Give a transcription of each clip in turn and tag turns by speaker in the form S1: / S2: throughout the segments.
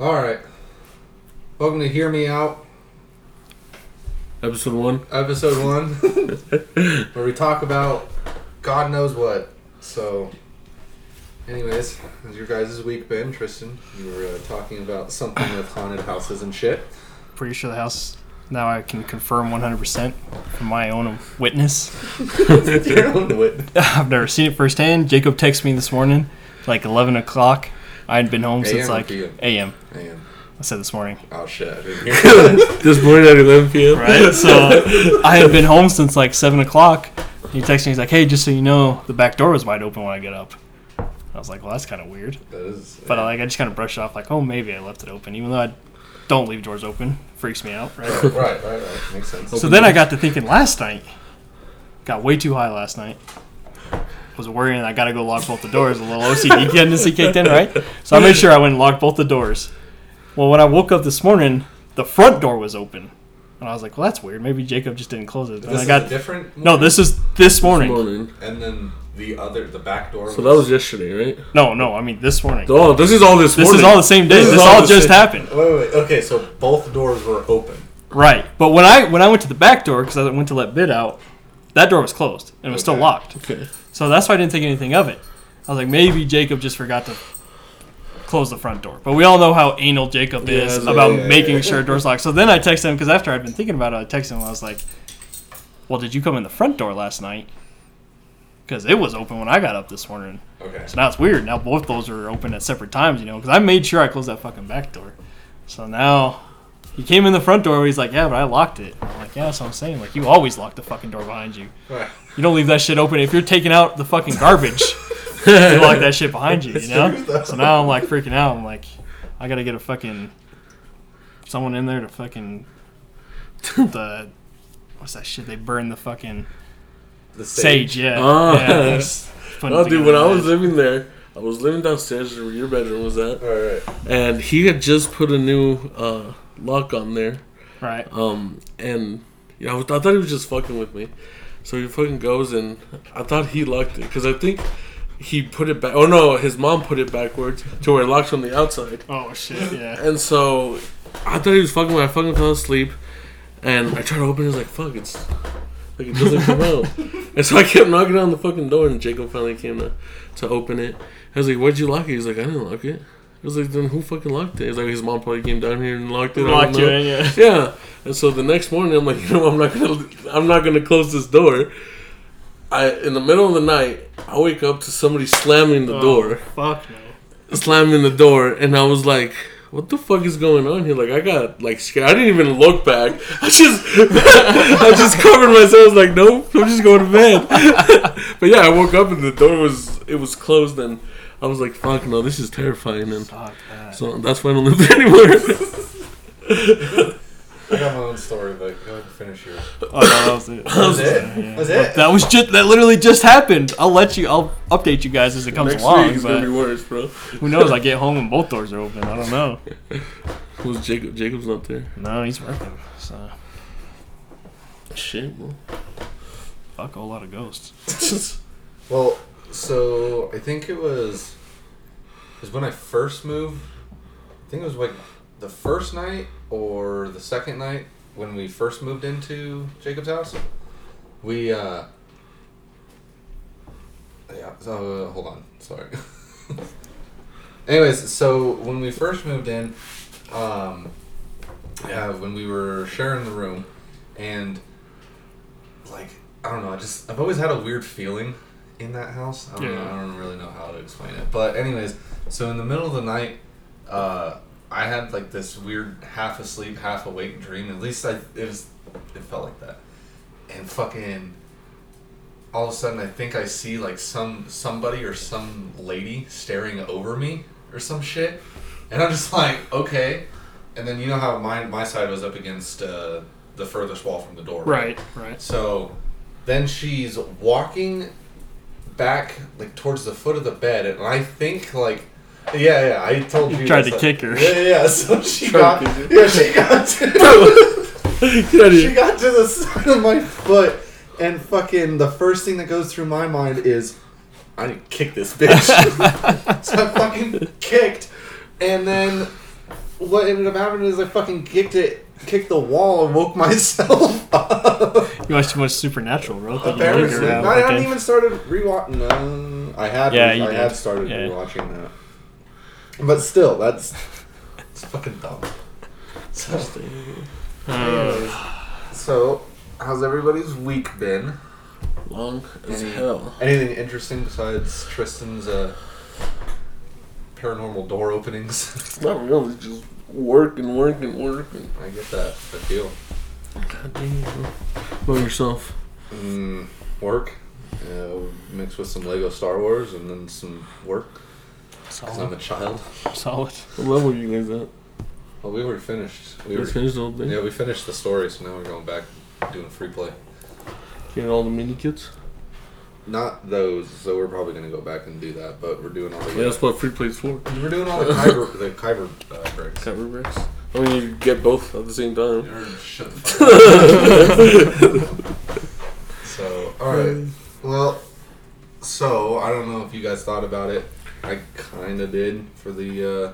S1: All right. Welcome to Hear Me Out,
S2: Episode one.
S1: episode one, where we talk about God knows what. So, anyways, how's your guys' week been, Tristan? You were uh, talking about something with haunted houses and shit.
S3: Pretty sure the house. Now I can confirm 100% from my own witness.
S1: Your own wit.
S3: I've never seen it firsthand. Jacob texted me this morning, like 11 o'clock. I had been home
S1: AM
S3: since
S1: or
S3: like
S1: PM?
S3: a.m.
S1: Man,
S3: I said this morning,
S1: oh shit, I didn't hear that.
S2: this morning at 11 p.m.
S3: right? so I had been home since like 7 o'clock. He texted me, he's like, hey, just so you know, the back door was wide open when I got up. I was like, well, that's kind of weird.
S1: That is. uh,
S3: But I, like, I just kind of brushed it off, like, oh, maybe I left it open, even though I don't leave doors open. Freaks me out, right?
S1: right, right, right, right. Makes sense.
S3: So then I got to thinking last night. Got way too high last night. Was worrying I gotta go lock both the doors. A little OCD tendency kicked in, right? So I made sure I went and locked both the doors. Well, when I woke up this morning, the front door was open, and I was like, "Well, that's weird. Maybe Jacob just didn't close it."
S1: This
S3: And I
S1: is a
S3: got
S1: different.
S3: no.
S1: one?
S3: This is this morning.
S2: morning.
S1: And then the other, the back door.
S2: So that was yesterday, right?
S3: No, no. I mean this morning.
S2: Oh, this is all this,
S3: This
S2: morning.
S3: is all the same day.
S2: This
S3: This,
S2: is all
S3: all
S2: the
S3: just
S2: same-
S3: happened.
S1: Wait, wait, wait. Okay, so both doors were open.
S3: Right. But when I when I went to the back door because I went to let bid out, that door was closed and it was still
S1: Okay.
S3: locked.
S2: Okay.
S3: So that's why I didn't think anything of it. I was like, maybe Jacob just forgot to close the front door. But we all know how anal Jacob
S2: Yeah,
S3: is
S2: it's like-
S3: about
S1: yeah, yeah,
S3: making
S1: yeah.
S3: sure doors locked. So then I texted him because after I'd been thinking about it, I texted him. and I was like, "Well, did you come in the front door last night? Because it was open when I got up this morning.
S1: Okay.
S3: So now it's weird. Now both those are open at separate times, you know? Because I made sure I closed that fucking back door. So now." He came in the front door. He's like, "Yeah, but I locked it." I'm like, "Yeah, that's what I'm saying. Like, you always lock the fucking door behind you."
S1: Right.
S3: You don't leave that shit open. If you're taking out the fucking garbage, you lock that shit behind you, you
S1: true,
S3: know?
S1: though.
S3: So now I'm like freaking out. I'm like, I gotta get a fucking someone in there to fucking the what's that shit? They burn the fucking
S1: The
S3: sage, yeah.
S2: Oh.
S3: yeah just putting
S2: Oh, dude, when I
S3: together
S2: was
S3: that.
S2: living there, I was living downstairs where your bedroom was at,
S1: All right.
S2: and he had just put a new uh, lock on there.
S3: right,
S2: Um, and you know, I, was- I thought he was just fucking with me. So he fucking goes, and I thought he locked it because I think he put it back. Oh no, his mom put it backwards to where it locks from the outside.
S3: oh shit, yeah,
S2: And so I thought he was fucking when I fucking fell asleep. And I tried to open it, I was like, fuck, it's like it doesn't come out. And so I kept knocking on the fucking door, and Jacob finally came to, to open it. I was like, why'd you lock it? He's like, I didn't lock it. I was like, then who fucking locked it? He's like, his mom probably came down here and locked it. I don't
S3: locked you
S2: know."
S3: in, yeah.
S2: Yeah. And so the next morning, I'm like, you know, I'm not gonna, I'm not gonna close this door. I in the middle of the night, I wake up to somebody slamming the door
S3: Oh, fuck no.
S2: slamming the door, and I was like, "What the fuck is going on here?" Like, I got like scared. I didn't even look back. I just, I just covered myself. I was like, "Nope, I'm just going to bed." but yeah, I woke up and the door was it was closed, and I was like, "Fuck no, this is terrifying." And
S3: Fuck that.
S2: so that's why I don't live there anymore.
S1: I got my own story, but go ahead and finish yours.
S3: Oh no, that was it. That was,
S1: it?
S3: yeah.
S1: That's it?
S3: That was just that literally just happened. I'll let you. I'll update you guys as it comes
S2: Next
S3: along.
S2: week is
S3: but-
S2: gonna be worse, bro.
S3: Who knows? I get home and both doors are open. I don't know.
S2: Who's Jacob? Jacob's not there.
S3: No, he's working. So
S2: Shit, bro.
S3: fuck a whole lot of ghosts.
S1: Well, so I think it was it was when I first moved. I think it was like the first night or the second night when we first moved into Jacob's house. We uh yeah. So uh, hold on. Sorry. Anyways, so when we first moved in, um, yeah, when we were sharing the room, and like I don't know, I just I've always had a weird feeling in that house. I don't, know,
S3: Yeah.
S1: I don't really know how to explain it, but anyways, so in the middle of the night, uh, I had like this weird half asleep, half awake dream. At least I it was it felt like that, and fucking all of a sudden I think I see like some somebody or some lady staring over me or some shit, and I'm just like okay, and then you know how my my side was up against uh, the furthest wall from the door,
S3: right.
S1: so then she's walking back like towards the foot of the bed, and I think like. Yeah, yeah, I told you.
S3: You tried
S1: that's
S3: to
S1: like-
S3: kick her.
S1: Yeah, yeah, yeah, so she
S2: Tried
S1: got.
S2: to kick
S1: Yeah, she got.
S2: Get out of
S1: she
S2: here.
S1: got to the side of my foot, and fucking the first thing that goes through my mind is, I need to kick this bitch. so I fucking kicked, and then what ended up happening is I fucking kicked it, kicked the wall, and woke myself up.
S3: You watch too much Supernatural, bro. Think you need to
S1: Apparently,
S3: grab-
S1: I
S3: okay.
S1: hadn't even started rewatching. No, I had.
S3: Yeah,
S1: re-
S3: you
S1: I had
S3: did.
S1: started
S3: Yeah.
S1: rewatching that. But still, that's it's fucking dumb. So,
S2: Uh,
S1: so, how's everybody's week been?
S2: long as
S1: Any-
S2: hell.
S1: Anything interesting besides Tristan's uh, paranormal door openings?
S2: It's not really just work and work and work. And
S1: I get that. I feel.
S2: God dang it. Know yourself.
S1: Mm, work. Uh, mixed with some Lego Star Wars and then some work because I'm
S2: Uh-huh.
S3: Solid.
S1: a child.
S3: Solid.
S2: What level are you guys at?
S1: Well, we were finished. We
S2: You
S1: were,
S2: guys finished the whole thing?
S1: yeah, we finished the story, so now we're going back doing free play.
S2: Getting all the mini kits?
S1: Not those, so we're probably gonna go back and do that. But we're doing all the
S2: Yeah, that's what free plays for.
S1: we're doing all the Kyber the Kyber uh, bricks.
S2: Cover bricks. I mean, you get both at the same time.
S1: You're- Shut the fuck up. so, alright. Well, so, I don't know if you guys thought about it. I kind of did for the uh,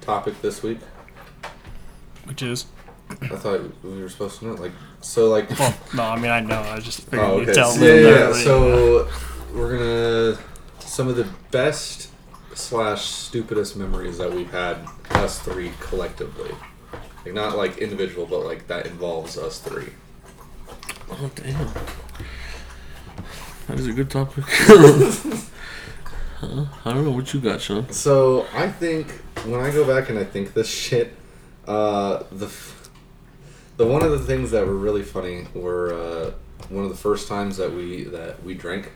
S1: topic this week.
S3: Which is.
S1: I thought we were supposed to know. Like, so, like.
S3: Well, no, I mean, I know. I just figured
S1: Oh,
S3: you'd
S1: okay.
S3: Oh, tell
S1: So,
S3: them.
S1: yeah,
S3: that
S1: yeah,
S3: already.
S1: So, we're going to. Some of the best slash stupidest memories that we've had, us three collectively. Like, not like individual, but like that involves us three.
S2: Oh, damn. That is a good topic. Huh? I don't know what you got, Sean.
S1: So I think when I go back and I think this shit, uh, the f- the one of the things that were really funny were uh, one of the first times that we that we drank,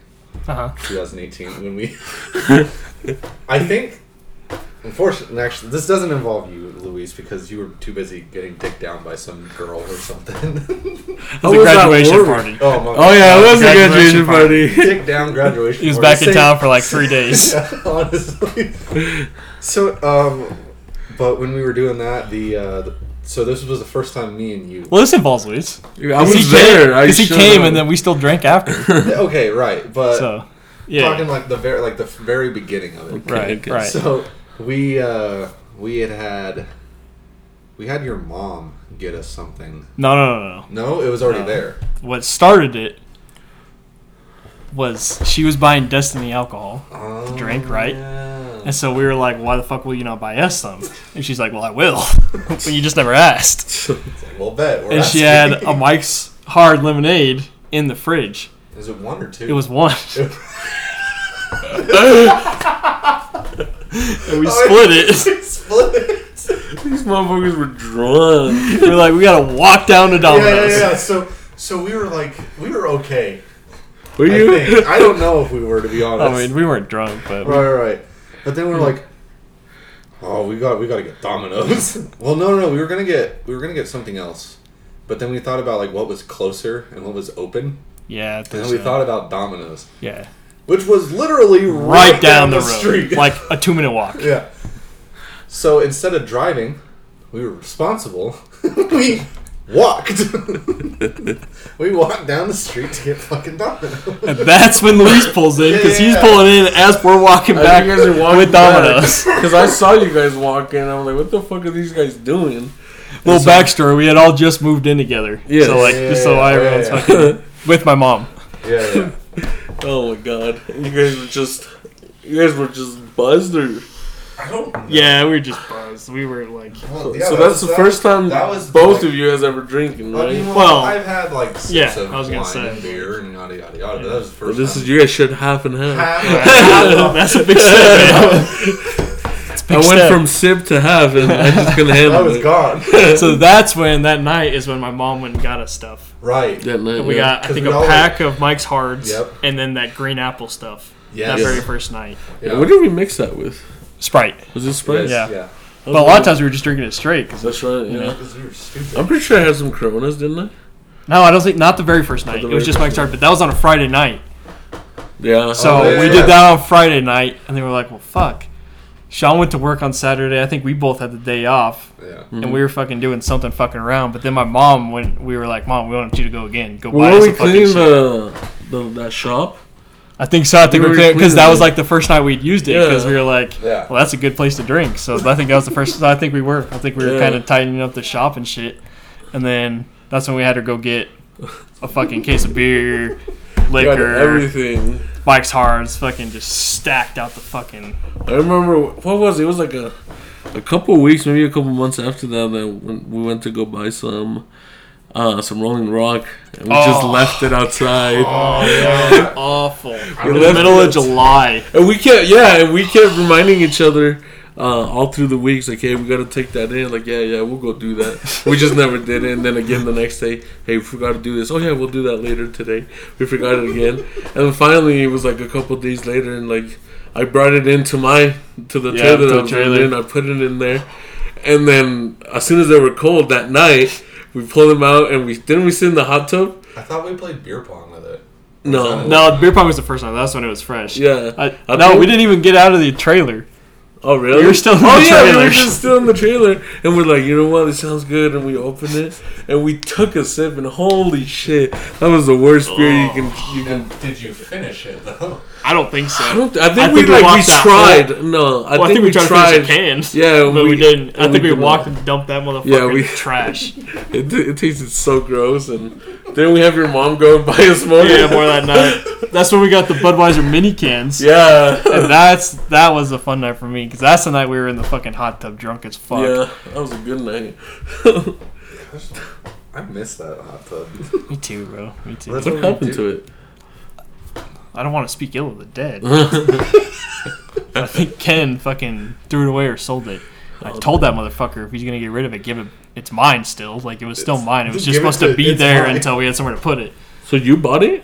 S3: Uh-huh.
S1: 2018, when we. I think, unfortunately, actually, this doesn't involve you, Luis, because you were too busy getting dicked down by some girl or something.
S3: It was a graduation party.
S1: oh my!
S2: Oh, yeah, it was a graduation
S3: Graduation
S2: party.
S1: Dick down graduation.
S3: He was
S1: party.
S3: back in
S1: Same-
S3: town for like three days.
S1: yeah, honestly. So, um, but when we were doing that, the uh, th- so this was the first time me and you.
S3: Well, this involves Luis.
S2: Yeah, I
S3: 'Cause
S2: was
S3: he came-
S2: there. I
S3: 'cause he
S2: showed
S3: came
S2: up.
S3: and then we still drank after.
S1: okay, right, but
S3: so, yeah.
S1: talking like the very like the very beginning of it.
S3: Right,
S2: Okay,
S3: right.
S1: So we uh, we had had we had your mom get us something.
S3: No, no, no, no.
S1: No, it was already
S3: No.
S1: there.
S3: What started it was she was buying Destiny alcohol.
S1: Oh,
S3: drink, right?
S1: yeah.
S3: And so we were like, why the fuck will you not buy us some? And she's like, well, I will. but you just never asked.
S1: It's like, well, bet. We're
S3: And she
S1: asking.
S3: had a Mike's Hard Lemonade in the fridge.
S1: Is it one or two?
S3: It was one. and we split it.
S1: Split it.
S2: These motherfuckers were drunk.
S3: We're like, we gotta walk down to
S1: yeah, yeah,
S3: Domino's.
S1: yeah. So, so we were like, we were okay.
S2: Were
S1: I,
S2: you?
S1: think. I don't know if we were to be honest.
S3: I mean, Hmm. we weren't drunk, but
S1: right, right, right. But then we're like, oh, we got we got to get Domino's. well, no, no, no. We were gonna get we were gonna get something else. But then we thought about like what was closer and what was open,
S3: yeah, I
S1: and
S3: think
S1: then we
S3: so.
S1: thought about Domino's,
S3: yeah,
S1: which was literally
S3: right, down, the, road,
S1: street.
S3: like a two-minute walk.
S1: yeah. So instead of driving, we were responsible. we walked. we walked down the street to get fucking Domino's.
S3: And that's when Luis pulls in because
S1: Yeah, yeah,
S3: he's
S1: yeah.
S3: pulling in as we're walking
S2: As
S3: back
S2: you guys are walking
S3: with
S2: back.
S3: Domino's.
S2: Because I saw you guys walk in. I'm like, what the fuck are these guys doing?
S3: Little
S2: And so-
S3: backstory: we had all just moved in together,
S2: Yes.
S3: so like
S1: Yeah,
S3: just so
S1: yeah,
S3: I
S1: yeah,
S3: everyone's
S1: yeah.
S3: fucking with my mom.
S1: Yeah, yeah.
S2: Oh my god. You guys were just. You guys were just buzzed or.
S1: I don't. Know.
S3: Yeah, we were just buzzed. We were like,
S1: Well, yeah,
S2: so
S1: that
S2: that's
S1: was-
S2: the
S1: that-
S2: first time
S1: that was
S2: both
S1: like-
S2: of you guys ever drinking,
S1: I mean,
S2: right?
S1: well,
S3: Well,
S1: I've had like sips
S3: yeah,
S1: of
S3: I was gonna
S1: wine
S3: say.
S1: and beer and yada yada yada. But
S3: Yeah.
S1: that was the
S2: Well,
S1: first.
S2: this
S1: time.
S2: is you guys should half and half.
S1: Half-
S3: that's a big step. man. It's a
S2: I
S3: big
S2: went
S3: step.
S2: from sip to half, and I just couldn't handle
S1: I was
S2: it.
S1: gone.
S3: so that's when that night is when my mom went and got us stuff.
S1: right.
S2: That night,
S3: And we
S2: yeah.
S3: got I
S1: 'Cause
S3: think
S1: we
S3: a
S1: all
S3: pack of Mike's Hards
S1: Yep.
S3: and then that green apple stuff.
S1: Yes.
S3: That very first night,
S1: Yeah.
S2: What did we mix that with?
S3: Sprite.
S2: Was it Sprite?
S1: Yes,
S3: Yeah.
S1: Yeah.
S3: But a lot of times we were just drinking it straight. 'cause-
S2: That's right, yeah.
S3: Yeah.
S1: Because we were stupid.
S2: I'm pretty sure I had some Coronas, didn't I?
S3: no, I don't think not the very first night.
S2: the
S3: It was
S2: very
S3: just
S2: first
S3: Mike's Hard, but that was on a Friday night.
S2: Yeah.
S3: So
S1: Oh, yeah,
S3: we
S1: yeah.
S3: did that on Friday night, and they were like, "Well, fuck." Sean went to work on Saturday. I think we both had the day off,
S1: yeah.
S2: Mm-hmm.
S3: and we were fucking doing something fucking around. But then my mom went. We were like, "Mom, we want you to go again. Go buy
S2: Well,
S3: us
S2: we
S3: a fucking
S2: cleaned
S3: shit."
S2: the, the that shop.
S3: I think so. I think
S2: We
S3: we
S2: were
S3: clear because that
S2: cleaning
S3: was
S2: it.
S3: like the first night we'd used it because
S2: Yeah.
S3: we were like,
S1: Yeah.
S3: well, that's a good place to drink. So I think that was the first. I think we were. I think we were
S2: Yeah.
S3: kind of tightening up the shop and shit. And then that's when we had to go get a fucking case of beer,
S2: Got
S3: liquor,
S2: everything.
S3: Mike's Hards, fucking just stacked out the fucking.
S2: I remember what was it? It was like a a couple weeks, maybe a couple months after that that when we went to go buy some uh some Rolling Rock and we just
S3: Oh.
S2: left it outside.
S1: Oh yeah.
S3: Awful.
S1: In
S3: In
S1: the
S3: the middle of
S2: midst.
S3: July.
S2: And we kept yeah, and we kept reminding each other uh, all through the weeks, like, hey, we gotta take that in. Like, yeah, yeah, we'll go do that. we just never did it. And then again the next day, hey, we forgot to do this. Oh yeah, we'll do that later today. We forgot it again. And then finally, it was like a couple days later, and like I brought it into my to the
S3: Yeah,
S2: trailer.
S3: to
S2: that
S3: the
S2: I was
S3: trailer.
S2: in, I put it in there, and then as soon as they were cold that night, we pulled them out and we didn't we sit in the hot tub.
S1: I thought we played beer pong with it.
S2: No.
S3: No, beer pong was the first night. That's when it was fresh.
S2: Yeah.
S3: I,
S2: I
S3: no,
S2: think-
S3: we didn't even get out of the trailer.
S2: Oh really?
S3: We were still in
S2: oh
S3: the
S2: yeah, we
S3: trailer.
S2: were just still in the trailer, and we're like, you know what? It sounds good, and we opened it, and we took a sip, and holy shit, that was the worst beer you
S3: Oh.
S2: can you can.
S1: Did you finish it though?
S3: I don't think so.
S2: I don't. I think
S3: I
S2: we
S3: think we
S2: like we
S3: walked out
S2: tried. No, I,
S3: Well,
S2: think, we tried.
S3: to finish the can.
S2: Yeah,
S3: but we,
S2: we-
S3: didn't.
S2: yeah,
S3: I
S2: we
S3: think we,
S2: did not.
S3: walked and dumped that motherfucker
S2: Yeah,
S3: in
S2: we-
S3: the trash.
S2: It, it tasted so gross, and didn't we have your mom go and buy us more?
S3: yeah, more that night. That's when we got the Budweiser mini cans.
S2: Yeah.
S3: And that's that was a fun night for me because that's the night we were in the fucking hot tub drunk as fuck.
S2: Yeah, that was a good night.
S1: I missed that hot tub.
S2: Oh.
S3: Me too, bro. Me too.
S1: That's
S2: what happened to it?
S3: I don't want to speak ill of the dead. I think Ken fucking threw it away or sold it. I
S1: Oh,
S3: told that motherfucker if he's gonna get rid of it, give it. It's mine still. Like it was still mine. It was just
S1: give it
S3: supposed
S1: to-
S3: to be
S1: it's
S3: there
S1: mine.
S3: until we had somewhere to put it.
S2: So you bought it?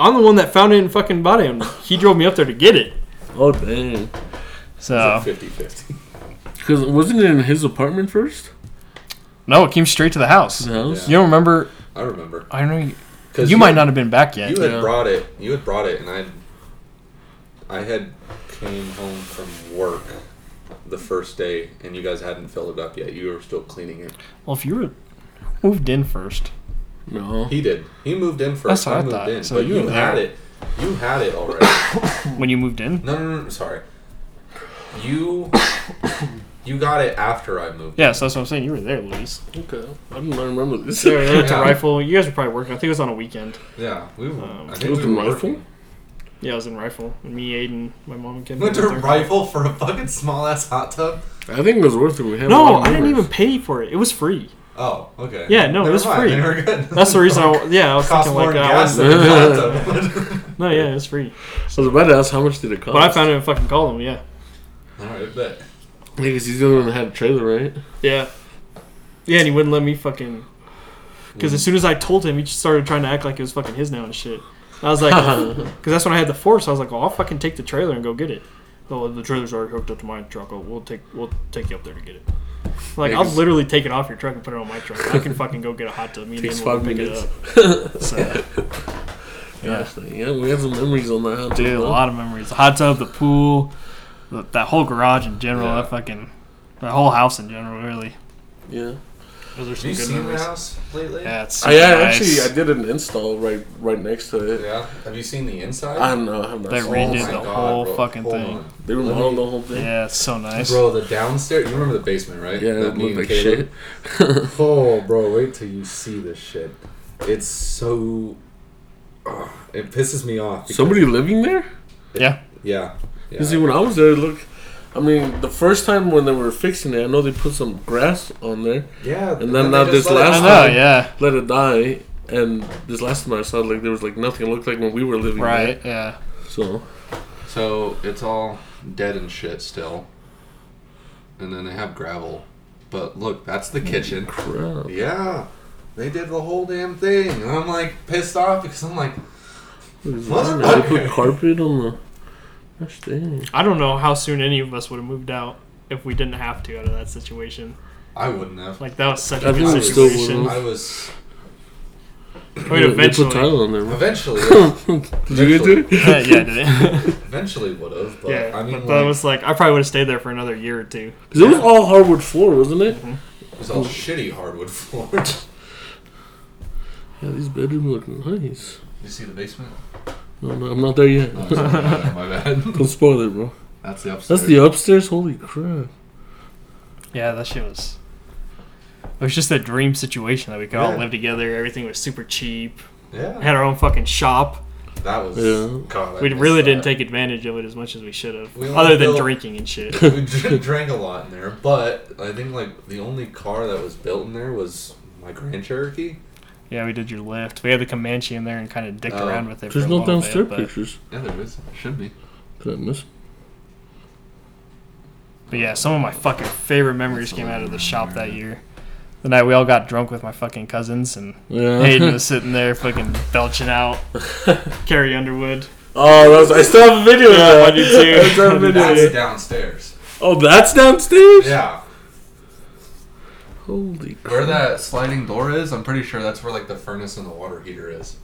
S3: I'm the one that found it and fucking bought it. He drove me up there to get it.
S2: Oh dang!
S3: So
S1: 50-50.
S2: Because wasn't it in his apartment first?
S3: no, it came straight to the house.
S2: The house?
S3: You don't remember?
S1: I remember.
S3: I know you.
S1: 'Cause
S3: you might not have been back yet.
S1: You had
S2: Yeah.
S1: brought it. You had brought it, and I. I had came home from work the first day, and you guys hadn't filled it up yet. You were still cleaning it.
S3: Well, if you were moved in first,
S2: No.
S1: He did. He moved in first.
S3: That's what I
S1: moved
S3: thought.
S1: in,
S3: So
S1: but
S3: you
S1: you,
S3: were
S1: had
S3: there.
S1: it. You had it already.
S3: when you moved in,
S1: No, no, no, no. Sorry. You. You got it after I moved.
S3: yeah. So that's what I'm saying. You were there, Luis.
S2: Okay. I don't remember this.
S3: You were there at the
S1: Yeah.
S3: rifle. You guys were probably working. I think it was on a weekend.
S1: Yeah, we were.
S3: Um,
S1: I
S2: It
S1: think
S2: was
S1: we
S2: the
S1: were
S2: rifle?
S1: working.
S3: Yeah, I was in rifle. And me, Aiden, my mom, and Ken.
S1: Went to
S3: were there.
S1: rifle for a fucking small ass hot tub.
S2: I think it was worth it. We had a
S3: No,
S2: lot of
S3: I didn't
S2: members.
S3: even pay for it. It was free.
S1: Oh, okay.
S3: Yeah, no, it
S1: Never
S3: was
S1: mind,
S3: free.
S1: then we're good.
S3: That's the reason. I, yeah, I was
S1: Cost
S3: thinking
S1: more
S3: like
S1: in
S3: uh, I
S1: gas
S3: was-
S1: than a hot tub.
S3: No, yeah, it was free.
S2: I was about to ask how much did it cost.
S3: But I found it and fucking called him. Yeah,
S1: All right, bet.
S2: because he's the only one that had a trailer, right?
S3: yeah, yeah. And he wouldn't let me fucking. Because as soon as I told him, he just started trying to act like it was fucking his now and shit. I was like, because that's when I had the force. I was like, well, I'll fucking take the trailer and go get it. Oh, the trailer's already hooked up to my truck. Oh, we'll take we'll take you up there to get it. Like
S2: Yeah,
S3: I'll
S2: 'cause-
S3: literally take it off your truck and put it on my truck. I can fucking go get a hot tub. Me and
S2: Takes
S3: him will
S2: five
S3: pick
S2: minutes.
S3: it up. So,
S2: Yeah. yeah, we had some memories on that. Hot
S3: dude, a
S2: tub, huh?
S3: lot of memories. The hot tub, the pool, the, that whole garage in general.
S1: Yeah.
S3: That fucking, that whole house in general, really.
S2: Yeah.
S3: Those are
S1: Have you seen the house lately?
S3: Yeah, it's
S2: I,
S3: super
S2: I
S3: nice.
S2: Oh, actually I did an install right right next to it.
S1: Yeah. Have you seen the inside? Oh
S2: I don't know. I have not
S3: They
S2: seen
S3: redid
S2: it.
S3: the whole fucking
S1: Hold
S3: thing.
S1: on.
S2: They remodeled the whole thing.
S3: Yeah, it's so nice.
S1: Bro, the downstairs. You remember the basement, right?
S2: Yeah,
S1: That
S2: it
S1: me
S2: looked
S1: and
S2: like
S1: Caleb-
S2: shit.
S1: Oh, bro, wait till you see this shit. It's so. Ugh, it pisses me off. because-
S2: Somebody living there?
S3: Yeah,
S1: Yeah. yeah.
S2: You see, when I was there, look, I mean, the first time when they were fixing it, I know they put some grass on there,
S1: yeah.
S2: and then now
S1: they
S2: this
S1: just let it
S2: last
S3: I
S1: out.
S3: know.
S2: time-
S3: Yeah,
S2: let it die. And this last time I saw, it, like, there was like nothing. It looked like when we were living
S3: right.
S2: there.
S3: Yeah,
S2: So
S1: So it's all dead and shit still. And then they have gravel. But look, that's
S2: Mm.
S1: the kitchen.
S2: crap.
S1: Yeah. They did the whole damn thing. And I'm like pissed off because I'm like,
S2: They put carpet on the. That's dang.
S3: I don't know how soon any of us would have moved out if we didn't have to out of that situation.
S1: I wouldn't have.
S3: Like that was such
S2: I
S3: a
S2: think
S3: good
S1: I
S2: we still
S3: situation.
S2: would've.
S1: I was
S3: I mean,
S2: They- they put
S3: eventually.
S2: tile on there. right?
S1: eventually,
S2: Did you guys do it?
S3: yeah, yeah, did it?
S1: eventually would have. But
S3: yeah.
S1: I mean,
S3: but that
S1: like,
S3: was like I probably would have stayed there for another year or two.
S2: 'Cause it was all hardwood floor, wasn't it?
S1: it was all shitty hardwood floor.
S2: Yeah, these bedrooms look nice.
S1: you see the basement?
S2: No, no, I'm not there yet.
S1: Oh, sorry, my bad, my bad.
S2: Don't spoil it, bro.
S1: That's the upstairs.
S2: That's the upstairs. Holy crap!
S3: Yeah, that shit was. It was just a dream situation that we could all
S1: Yeah.
S3: live together. Everything was super cheap. We
S1: Yeah,
S3: had our own fucking shop.
S1: that was.
S2: Yeah.
S1: God, I
S3: We
S1: missed
S3: really didn't
S1: that.
S3: take advantage of it as much as we should have,
S1: We only
S3: other than
S1: built-
S3: drinking and shit.
S1: we dr- drank a lot in there, but I think like the only car that was built in there was my Grand Cherokee.
S3: yeah, we did your lift. We had the Comanche in there and kind of dicked
S1: Oh.
S3: around with
S2: There's
S3: it. for a
S2: no
S3: little
S2: downstairs
S3: bit, but-
S2: pictures.
S1: Yeah, there is. Should be.
S2: Did I miss?
S3: But yeah, some of my fucking favorite memories came out of the shop that year. The night we all got drunk with my fucking cousins and
S2: Yeah.
S3: Hayden was sitting there fucking belching out Carrie Underwood.
S2: oh, that was, I still have a video. of
S3: Yeah,
S2: that.
S3: I do too.
S2: I still have a video.
S1: That's
S2: yeah.
S1: downstairs.
S2: Oh, that's downstairs.
S1: Yeah,
S2: Holy crap!
S1: where that sliding door is, I'm pretty sure that's where like the furnace and the water heater is.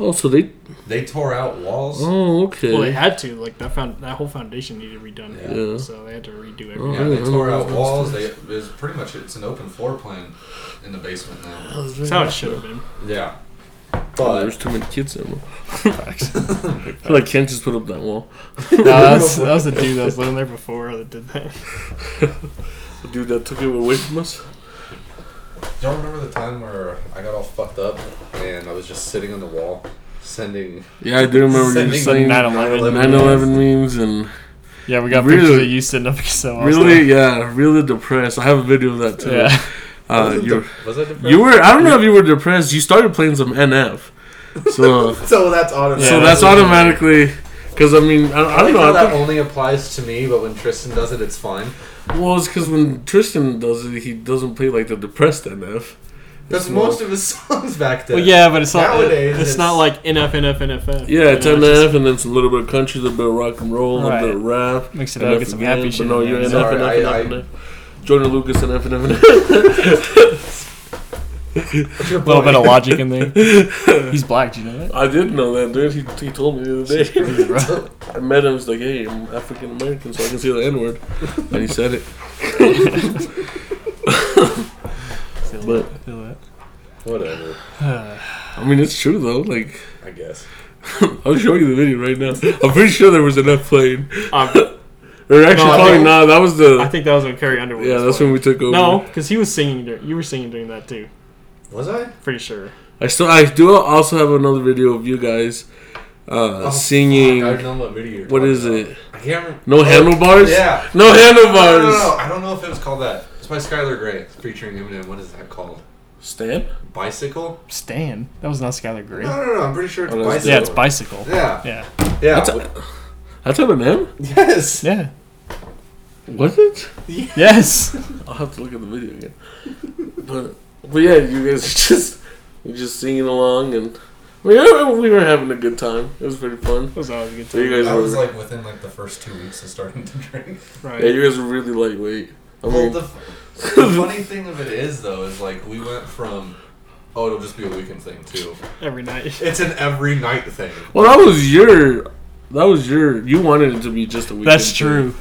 S2: Oh, so they.
S1: They tore out walls.
S2: Oh, okay.
S3: Well, they had to like that. Found that whole foundation needed redone,
S1: Yeah.
S2: Yeah.
S3: so they had to redo
S2: Oh,
S3: everything.
S1: Yeah,
S2: I
S1: they
S2: didn't
S1: tore
S2: know
S1: out
S2: those
S1: walls. They it's pretty much it's an open floor plan in the basement now.
S3: That's how it should have been.
S1: Yeah,
S2: Oh,
S1: but
S2: there's too many kids there. Bro. I feel like Ken just put up that wall.
S3: no, that's, that was the dude that was living there before that did that.
S2: The dude that took it away from us.
S1: y'all remember the time where I got all fucked up and I was just sitting on the wall, sending
S2: Yeah, I do remember you
S1: Sending
S2: saying
S3: 9/11.
S2: 9/11 memes and
S3: Yeah, we got pictures
S2: Really?
S3: of you sitting up against the wall.
S2: really, yeah, really depressed. I have a video of that too.
S3: Yeah.
S2: Uh,
S1: Wasn't
S2: you,
S1: dep- was I depressed?
S2: you were. I don't know if you were depressed. You started playing some NF, so
S1: So that's automatic.
S2: so that's automatically. Because I mean, I, I
S1: I
S2: don't
S1: think
S2: know. I
S1: that
S2: think,
S1: only applies to me, but when Tristan does it, it's fine.
S2: well, it's because when Tristan does it, he doesn't play like the depressed NF.
S1: Because
S2: It's more-
S1: most of his songs back then.
S3: Well, yeah, but it's not.
S1: Nowadays,
S3: it's,
S1: it's-
S3: not like NF NF NF.
S2: Yeah, it's
S3: you know,
S2: NF, and then it's a little bit of country, a little bit of rock and roll, a little bit of rap.
S3: Mix it
S2: NF
S3: up, get some
S2: again,
S3: happy
S2: but
S3: shit.
S2: No,
S3: in
S2: you're
S3: there.
S2: NF,
S1: Sorry,
S2: NF,
S1: I-
S2: NF,
S1: I-
S2: NF. Jordan Lucas, NF, NF,
S1: What's your
S3: A little
S1: point?
S3: bit of logic in there. He's black. Do you know that?
S2: I did know that, dude. He, he told me the other day.
S3: Crazy, bro.
S2: I met him. He's like, "Hey, I'm African American, so I can say the N word," and he said it. But
S3: Feel it.
S1: Whatever,
S2: I mean, it's true though. Like,
S1: I guess.
S2: I'll show you the video right now. I'm pretty sure there was enough playing.
S3: Um,
S2: Or actually,
S3: No, I
S2: probably
S3: think-
S2: not. That was the.
S3: I think that was when Carrie Underwood.
S2: yeah,
S3: was
S2: that's
S3: born.
S2: when we took over.
S3: No, because he was singing. During, you were singing during that too.
S1: Was I? Oh,
S3: Pretty sure.
S2: I still. I do also have another video of you guys uh,
S1: Oh,
S2: singing.
S1: fuck, I don't know what video you're
S2: what
S1: talking
S2: is
S1: about.
S2: it?
S1: I can't remember.
S2: No
S1: Oh,
S2: handlebars.
S1: Yeah.
S2: No
S1: No,
S2: handlebars.
S1: no, no, I don't know if it was called that. It's by Skylar Grey featuring Eminem. What is that called?
S2: Stan.
S1: Bicycle?
S3: Stan. That was not Skylar Grey.
S1: No, no, no. I'm pretty sure it's
S2: Oh, that's-
S1: bicycle.
S3: Yeah, it's
S1: Yeah,
S3: bicycle. Yeah.
S1: yeah.
S2: That's a, that's Eminem.
S1: yes.
S3: Yeah.
S2: Was it?
S3: Yes.
S2: I'll have to look at the video again. but but yeah, you guys are just you just singing along and we were, we were having a good time. It was pretty fun.
S3: That was always a good
S2: So you
S3: time.
S2: guys
S1: That
S2: were
S1: was like within like the first two weeks of starting to drink.
S3: Right.
S2: yeah, you guys were really lightweight. I
S1: Well,
S2: mean,
S1: the, the funny thing of it is though is like we went from oh it'll just be a weekend thing too.
S3: Every night.
S1: It's an every night thing.
S2: well, that was your that was your you wanted it to be just a weekend.
S3: That's true.